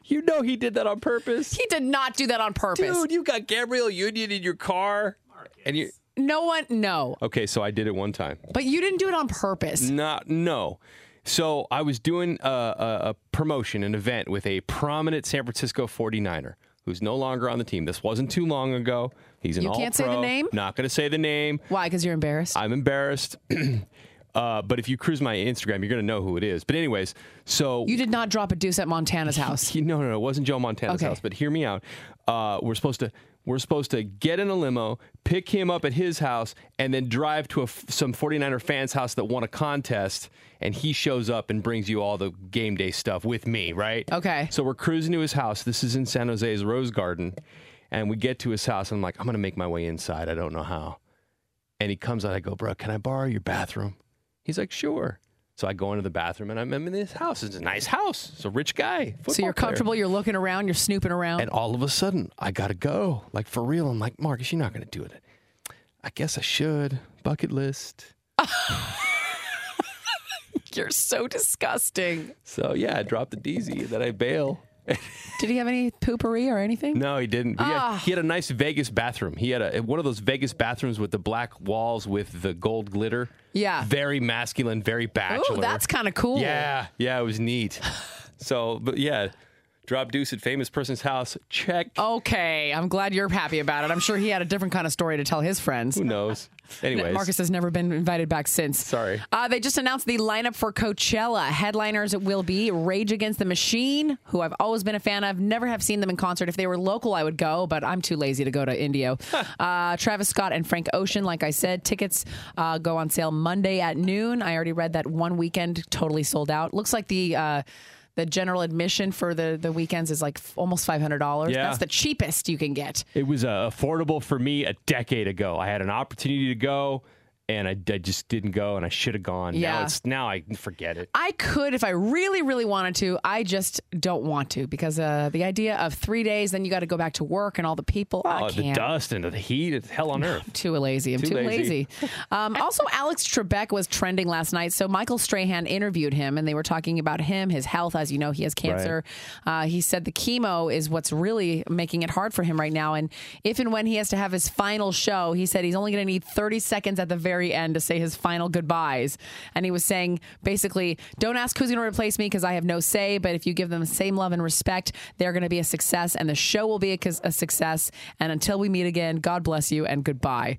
Speaker 2: you know he did that on purpose.
Speaker 3: He did not do that on purpose.
Speaker 2: Dude, you got Gabrielle Union in your car. And you
Speaker 3: No one, no.
Speaker 2: Okay, so I did it one time.
Speaker 3: But you didn't do it on purpose.
Speaker 2: Not no. So I was doing a, a, a promotion, an event with a prominent San Francisco 49er who's no longer on the team. This wasn't too long ago. He's an
Speaker 3: You
Speaker 2: all
Speaker 3: can't say the name?
Speaker 2: Not going to say the name.
Speaker 3: Why? Because you're embarrassed.
Speaker 2: I'm embarrassed. Uh, but if you cruise my Instagram, you're going to know who it is. But anyways, so
Speaker 3: You did not drop a deuce at Montana's house.
Speaker 2: no, no, no, it wasn't Joe Montana's
Speaker 3: Okay.
Speaker 2: house. But hear me out. Uh, we're supposed to we're supposed to get in a limo, pick him up at his house, and then drive to a f some 49er fans' house that won a contest. And he shows up and brings you all the game day stuff with me, right?
Speaker 3: Okay.
Speaker 2: So we're cruising to his house. This is in San Jose's Rose Garden, and we get to his house. And I'm like, I'm gonna make my way inside. I don't know how. And he comes out. I go, bro, can I borrow your bathroom? He's like, sure. So I go into the bathroom and I'm I'm in this house. It's a nice house. It's a rich
Speaker 3: So
Speaker 2: guy.
Speaker 3: you're
Speaker 2: football player.
Speaker 3: comfortable, you're looking around, you're snooping around.
Speaker 2: And all of a sudden, I gotta go. Like for real. I'm like, Marcus, you're not gonna do it. I guess I should. Bucket list.
Speaker 3: You're so disgusting.
Speaker 2: So yeah, I dropped the DZ. Then I bail.
Speaker 3: Did he have any poopery or anything?
Speaker 2: No, he didn't. But yeah,
Speaker 3: Ah.
Speaker 2: he had a nice Vegas bathroom. He had a one of those Vegas bathrooms with the black walls with the gold glitter.
Speaker 3: Yeah.
Speaker 2: Very masculine, very bachelor.
Speaker 3: Ooh, that's kind of cool.
Speaker 2: Yeah, yeah, it was neat. so, but yeah, drop deuce at famous person's house. Check.
Speaker 3: Okay, I'm glad you're happy about it. I'm sure he had a different kind of story to tell his friends.
Speaker 2: Who knows? Anyways,
Speaker 3: Marcus has never been invited back since.
Speaker 2: Sorry.
Speaker 3: Uh, they just announced the lineup for Coachella. Headliners will be Rage Against the Machine, who I've always been a fan of. Never have seen them in concert. If they were local, I would go, but I'm too lazy to go to Indio. uh, Travis Scott and Frank Ocean, like I said, tickets uh, go on sale Monday at noon. I already read that one weekend totally sold out. Looks like the. Uh, the general admission for the, the weekends is like f- almost five hundred dollars.
Speaker 2: Yeah.
Speaker 3: That's the cheapest you can get.
Speaker 2: it was uh, affordable for me a decade ago. I had an opportunity to go, and I, I just didn't go, and I should have gone. Now
Speaker 3: Yeah.
Speaker 2: it's now I forget it.
Speaker 3: I could if I really, really wanted to. I just don't want to because uh, the idea of three days, then you got to go back to work and all the people. I
Speaker 2: oh, the
Speaker 3: can't.
Speaker 2: dust and the heat. It's hell on earth.
Speaker 3: Too lazy. I'm
Speaker 2: Too
Speaker 3: too,
Speaker 2: lazy.
Speaker 3: lazy. Um, also, Alex Trebek was trending last night. So Michael Strahan interviewed him, and they were talking about him, his health. As you know, he has cancer. Uh, he said the chemo is what's really making it hard for him right now. And if and when he has to have his final show, he said he's only going to need 30 seconds at the very end to say his final goodbyes. And he was saying basically, don't ask who's going to replace me because I have no say. But if you give them the same love and respect, they're going to be a success, and the show will be a, a success. And until we meet again, God bless you and goodbye.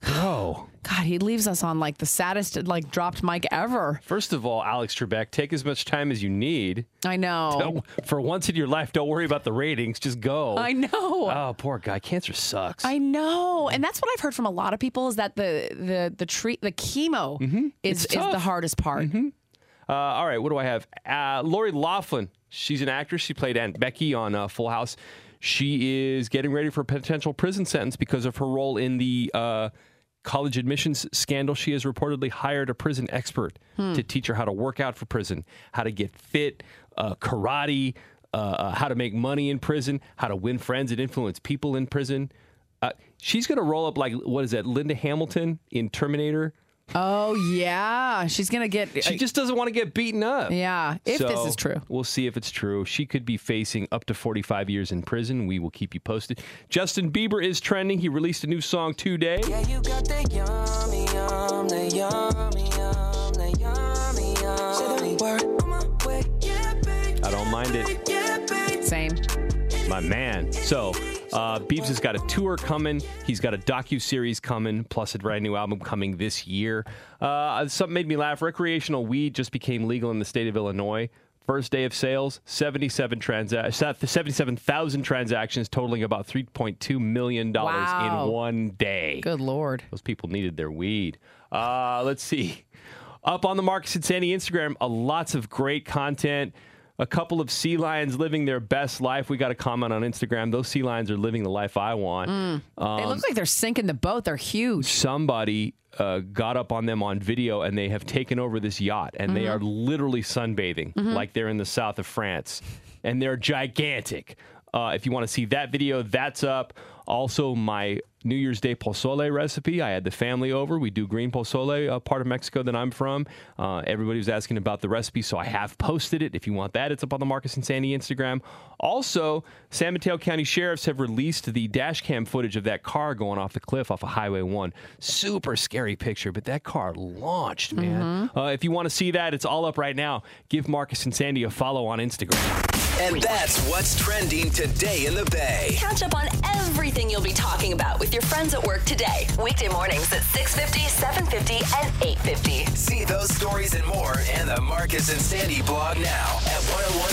Speaker 2: Bro.
Speaker 3: God, he leaves us on like the saddest, like dropped mic ever.
Speaker 2: First of all, Alex Trebek, take as much time as you need.
Speaker 3: I know.
Speaker 2: Don't- for once in your life, don't worry about the ratings. Just go.
Speaker 3: I know.
Speaker 2: Oh, poor guy. Cancer sucks.
Speaker 3: I know, and that's what I've heard from a lot of people is that the the the treat the chemo
Speaker 2: Mm-hmm.
Speaker 3: is, is the hardest part.
Speaker 2: Uh, all right, what do I have? Uh, Lori Laughlin. She's an actress. She played Aunt Becky on uh, Full House. She is getting ready for a potential prison sentence because of her role in the uh, college admissions scandal. She has reportedly hired a prison expert to teach her how to work out for prison, how to get fit, uh, karate, uh, uh, how to make money in prison, how to win friends and influence people in prison. Uh, she's going to roll up like, what is that, Linda Hamilton in Terminator?
Speaker 3: Oh yeah, she's gonna get. uh,
Speaker 2: She just doesn't want to get beaten up.
Speaker 3: yeah, if this
Speaker 2: So,
Speaker 3: is true.
Speaker 2: We'll see if it's true. She could be facing up to 45 years in prison. We will keep you posted. Justin Bieber is trending. He released a new song today.
Speaker 8: Yeah, you got that yummy, yum, that yummy, yum, that yummy, yum. Say the word. On my way, yeah, babe.
Speaker 2: I don't mind it.
Speaker 8: Yeah, babe.
Speaker 3: Same.
Speaker 2: My man. So, uh, Biebs has got a tour coming. He's got a docu series coming, plus a brand new album coming this year. Uh, something made me laugh. Recreational weed just became legal in the state of Illinois. First day of sales, 77 transa- 77,000 transactions totaling about $3.2 million
Speaker 3: Wow.
Speaker 2: in one day.
Speaker 3: Good lord.
Speaker 2: Those people needed their weed. Uh, let's see. Up on the Marcus and Sandy Instagram, uh, lots of great content. A couple of sea lions living their best life. We got a comment on Instagram. Those sea lions are living the life I want.
Speaker 3: Mm.
Speaker 2: Um,
Speaker 3: they look like they're sinking the boat. They're huge.
Speaker 2: Somebody uh, got up on them on video and they have taken over this yacht and they are literally sunbathing like they're in the south of France and they're gigantic. Uh, if you want to see that video, that's up. Also, my New Year's Day pozole recipe. I had the family over. We do green pozole, uh, part of Mexico that I'm from. Uh, everybody was asking about the recipe, so I have posted it. If you want that, it's up on the Marcus and Sandy Instagram. Also, San Mateo County Sheriffs have released the dash cam footage of that car going off the cliff off of Highway 1. Super scary picture, but that car launched,
Speaker 3: Mm-hmm.
Speaker 2: man. Uh, if you want to see that, it's all up right now. Give Marcus and Sandy a follow on Instagram.
Speaker 6: And that's what's trending today in the Bay.
Speaker 1: Catch up on everything you'll be talking about with your friends at work today. Weekday mornings at 6.50, 7.50, and 8.50.
Speaker 6: See those stories and more in the Marcus and Sandy blog now at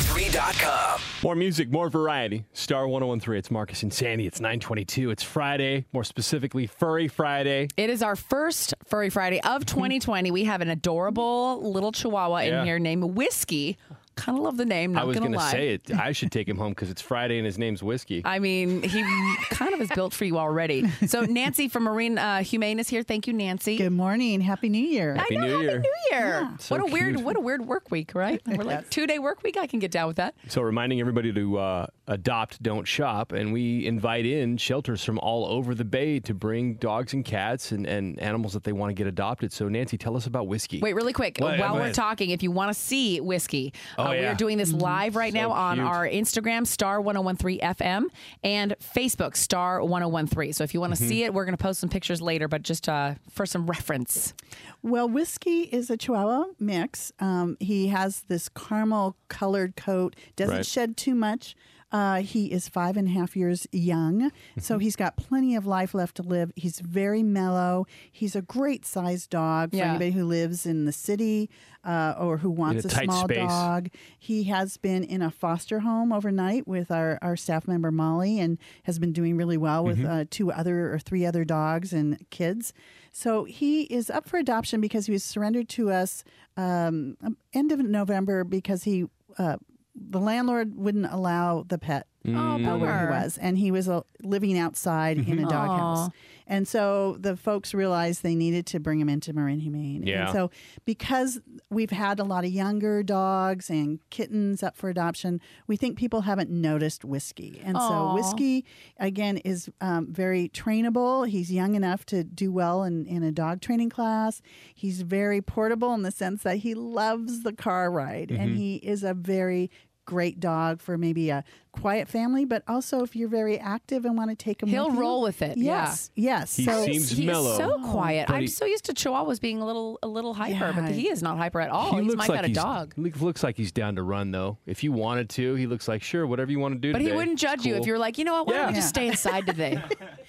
Speaker 6: 1013.com.
Speaker 2: More music, more variety. Star 1013, it's Marcus and Sandy. It's 922. It's Friday, more specifically, Furry Friday.
Speaker 3: It is our first Furry Friday of 2020. we have an adorable little chihuahua
Speaker 2: Mm-hmm. Yeah.
Speaker 3: in here named Whiskey. Kind of love the name, not
Speaker 2: I was
Speaker 3: going to
Speaker 2: going to
Speaker 3: lie.
Speaker 2: say it. I should take him home because it's Friday and his name's Whiskey.
Speaker 3: I mean, he kind of is built for you already. So Nancy from Marine uh, Humane is here. Thank you, Nancy.
Speaker 13: Good morning. Happy New Year.
Speaker 2: Happy New Year.
Speaker 3: New Year.
Speaker 2: So
Speaker 3: what a weird,
Speaker 2: cute.
Speaker 3: what a weird work week, right? We're like two day work week. I can get down with that.
Speaker 2: So, reminding everybody to uh, adopt, don't shop. And we invite in shelters from all over the bay to bring dogs and cats and, and animals that they want to get adopted. So, Nancy, tell us about whiskey.
Speaker 3: Wait, really quick.
Speaker 2: Wait,
Speaker 3: While we're
Speaker 2: wait.
Speaker 3: talking, if you want to see Whiskey,
Speaker 2: Oh,
Speaker 3: uh, we
Speaker 2: yeah.
Speaker 3: are doing this
Speaker 13: Mm-hmm.
Speaker 3: live right now on
Speaker 2: cute.
Speaker 3: our Instagram, Star 1013 FM, and Facebook, Star 1013. So if you want to
Speaker 2: Mm-hmm.
Speaker 13: Mhm.
Speaker 3: see it, we're going to post some pictures later, but just uh, for some reference.
Speaker 13: Well, Whiskey is a Chihuahua mix. Um, he has this caramel colored coat, doesn't
Speaker 9: Right.
Speaker 13: shed too much. Uh, he is five and a half years young, so
Speaker 9: Mm-hmm.
Speaker 13: he's got plenty of life left to live. He's very mellow. He's a great sized dog for
Speaker 9: Yeah.
Speaker 13: anybody who lives in the city uh, or who wants
Speaker 9: a
Speaker 13: a,
Speaker 9: tight
Speaker 13: small
Speaker 9: space.
Speaker 13: dog. He has been in a foster home overnight with our, our staff member Molly and has been doing really well with
Speaker 9: Mhm.
Speaker 13: uh, two other or three other dogs and kids. So he is up for adoption because he was surrendered to us um, um, end of November because he uh, the landlord wouldn't allow the pet.
Speaker 9: Mm.
Speaker 13: uh, where
Speaker 9: bummer.
Speaker 13: he was, and he was uh, living outside in a
Speaker 9: Mhm.
Speaker 13: doghouse,
Speaker 9: Aw.
Speaker 13: and so the folks realized they needed to bring him into Marin Humane.
Speaker 9: Yeah.
Speaker 13: And so because we've had a lot of younger dogs and kittens up for adoption, we think people haven't noticed whiskey. And
Speaker 9: Aw.
Speaker 13: so whiskey, again, is um, very trainable. He's young enough to do well in, in a dog training class. He's very portable in the sense that he loves the car ride
Speaker 9: Mhm.
Speaker 13: and he is a very great dog for maybe a quiet family but also if you're very active and want to take him
Speaker 3: He'll
Speaker 13: with you.
Speaker 3: roll with it.
Speaker 13: yes
Speaker 3: yeah. Oh
Speaker 13: yes
Speaker 2: He
Speaker 13: so
Speaker 2: seems
Speaker 3: He
Speaker 2: mellow.
Speaker 3: is so quiet.
Speaker 2: But
Speaker 3: I'm
Speaker 2: he-
Speaker 3: so used to Chihuahuas being a little, a little hyper, but
Speaker 13: Yeah.
Speaker 3: he is not hyper at all.
Speaker 2: He
Speaker 3: he's
Speaker 2: looks
Speaker 3: my
Speaker 2: like
Speaker 3: kind of
Speaker 2: he's,
Speaker 3: dog.
Speaker 2: He looks like he's down to run though. If you wanted to, he looks like sure, whatever you want to do.
Speaker 3: But he
Speaker 2: today,
Speaker 3: wouldn't judge you if
Speaker 2: cool."
Speaker 3: you were like, you know what? Why don't we
Speaker 2: Yeah.
Speaker 3: just stay inside today?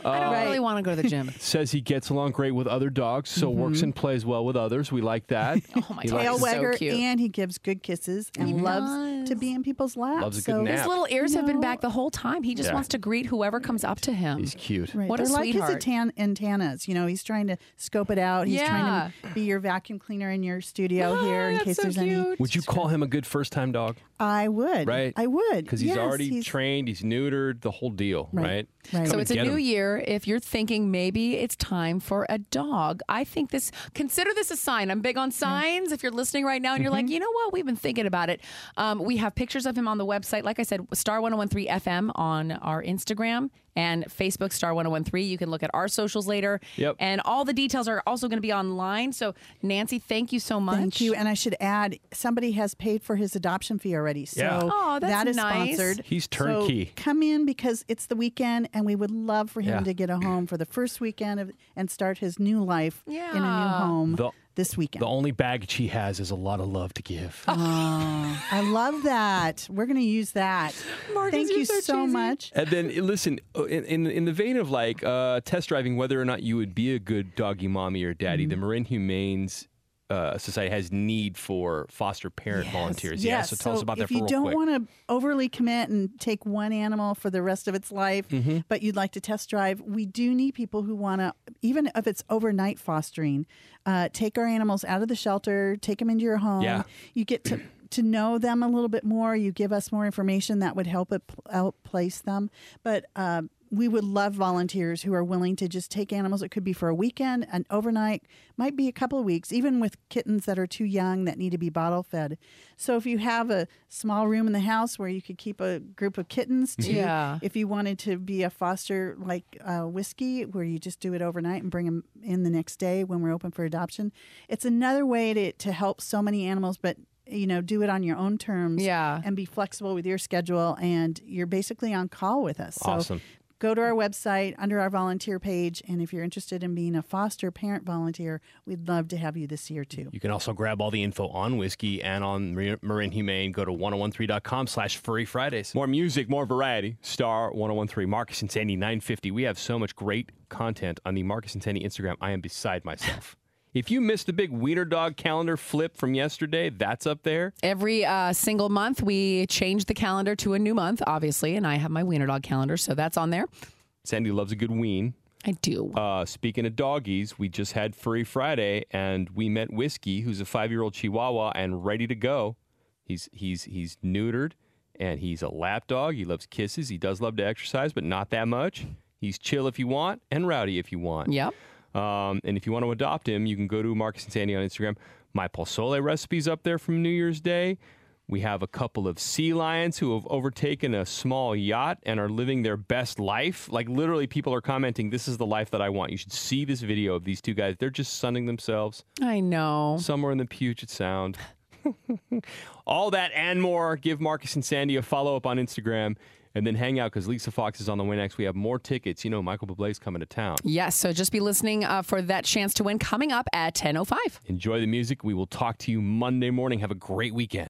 Speaker 3: I don't
Speaker 2: Uh,
Speaker 3: really want to go to the gym.
Speaker 2: Says he gets along great with other dogs, so
Speaker 3: Mm-hmm.
Speaker 2: works and plays well with others. We like that. oh my
Speaker 13: tail wagger and he gives good kisses and loves to be in people's laps
Speaker 2: Loves a good
Speaker 13: so
Speaker 2: nap.
Speaker 3: His little ears have been back the whole time. He just
Speaker 2: Yeah.
Speaker 3: wants to greet whoever comes up to him.
Speaker 2: He's cute.
Speaker 13: Right.
Speaker 3: What
Speaker 13: They're
Speaker 3: a
Speaker 13: like
Speaker 3: sweetheart.
Speaker 13: his antan- antennas. You know, he's trying to scope it out. He's trying to be your vacuum cleaner in your studio
Speaker 3: Ah,
Speaker 13: here in case there's any.
Speaker 2: Would you call him a good first time dog?
Speaker 13: I would.
Speaker 2: Right?
Speaker 13: I would.
Speaker 2: Because he's
Speaker 13: Yes,
Speaker 2: already
Speaker 13: he's-
Speaker 2: trained, he's neutered, the whole deal, right?
Speaker 3: So
Speaker 2: Come
Speaker 3: it's a
Speaker 2: and get
Speaker 3: new
Speaker 2: him.
Speaker 3: year. If you're thinking maybe it's time for a dog, I think this, consider this a sign. I'm big on signs. If you're listening right now and you're like,
Speaker 2: Mm-hmm.
Speaker 3: you know what, we've been thinking about it, um, we have pictures of him on the website. Like I said, Star 1013 FM on our Instagram and Facebook, Star 1013. You can look at our socials later.
Speaker 13: Yep.
Speaker 3: And all the details are also going to be online. So, Nancy, thank you so much.
Speaker 13: Thank you. And I should add, somebody has paid for his adoption fee already. So
Speaker 2: Yeah.
Speaker 3: Aw, that's
Speaker 13: that is
Speaker 3: nice.
Speaker 13: sponsored.
Speaker 2: He's
Speaker 13: So
Speaker 2: turnkey.
Speaker 13: come in because it's the weekend and we would love for him
Speaker 2: Yeah.
Speaker 13: to get a home for the first weekend of, and start his new life in a new
Speaker 2: Yeah.
Speaker 13: home.
Speaker 2: The-
Speaker 13: this weekend.
Speaker 2: The only baggage he has is a lot of love to give.
Speaker 13: Oh, I love that. We're going to use that. Thank you so, much.
Speaker 2: And then eh, listen, uh, in, in in the vein of like uh, test driving whether or not you would be a good doggy mommy or daddy,
Speaker 13: Mm-hmm.
Speaker 2: the Marin Humane's uh, Society has need for foster parent volunteers. Yeah, so tell us about
Speaker 13: if
Speaker 2: that for
Speaker 13: you
Speaker 2: real
Speaker 13: don't
Speaker 2: quick.
Speaker 13: want to overly commit and take one animal for the rest of its life,
Speaker 2: Mhm.
Speaker 13: but you'd like to test drive, we do need people who want to, even if it's overnight fostering, uh, take our animals out of the shelter, take them into your home.
Speaker 9: Yeah.
Speaker 13: You get to. To know them a little bit more, you give us more information that would help it pl- help place them. But uh, we would love volunteers who are willing to just take animals. It could be for a weekend, an overnight, might be a couple of weeks, even with kittens that are too young that need to be bottle fed. So if you have a small room in the house where you could keep a group of kittens, to,
Speaker 3: Yeah.
Speaker 13: if you wanted to be a foster like uh, whiskey, where you just do it overnight and bring them in the next day when we're open for adoption, it's another way to, to help so many animals, but you know, do it on your own terms
Speaker 3: Yeah.
Speaker 13: and be flexible with your schedule. And you're basically on call with us. So
Speaker 2: Awesome.
Speaker 13: Go to our website under our volunteer page. And if you're interested in being a foster parent volunteer, we'd love to have you this year too.
Speaker 9: You can also grab all the info on whiskey and on Mar- Marin Humane. Go to 1013.com slash furry Fridays.
Speaker 2: More music, more variety. Star 1013, Marcus and Sandy 950. We have so much great content on the Marcus and Sandy Instagram. I am beside myself. if you missed the big Wiener Dog calendar flip from yesterday, that's up there.
Speaker 3: Every uh, single month, we change the calendar to a new month, obviously, and I have my Wiener Dog calendar, so that's on there.
Speaker 2: Sandy loves a good ween.
Speaker 3: I do.
Speaker 2: Uh, speaking of doggies, we just had Furry Friday and we met Whiskey, who's a five year old Chihuahua and ready to go. He's he's he's neutered and he's a lap dog. He loves kisses. He does love to exercise, but not that much. He's chill if you want and rowdy if you want.
Speaker 3: Yep.
Speaker 2: Um, and if you want to adopt him, you can go to Marcus and Sandy on Instagram. My Pozole recipes up there from New Year's Day. We have a couple of sea lions who have overtaken a small yacht and are living their best life. Like, literally, people are commenting, This is the life that I want. You should see this video of these two guys. They're just sunning themselves
Speaker 3: I know.
Speaker 2: somewhere in the Puget Sound. All that and more. Give Marcus and Sandy a follow up on Instagram and then hang out because Lisa Fox is on the way next. We have more tickets. You know, Michael Bublé's coming to town.
Speaker 3: Yes, so just be listening uh, for that chance to win coming up at 10.05.
Speaker 2: Enjoy the music. We will talk to you Monday morning. Have a great weekend.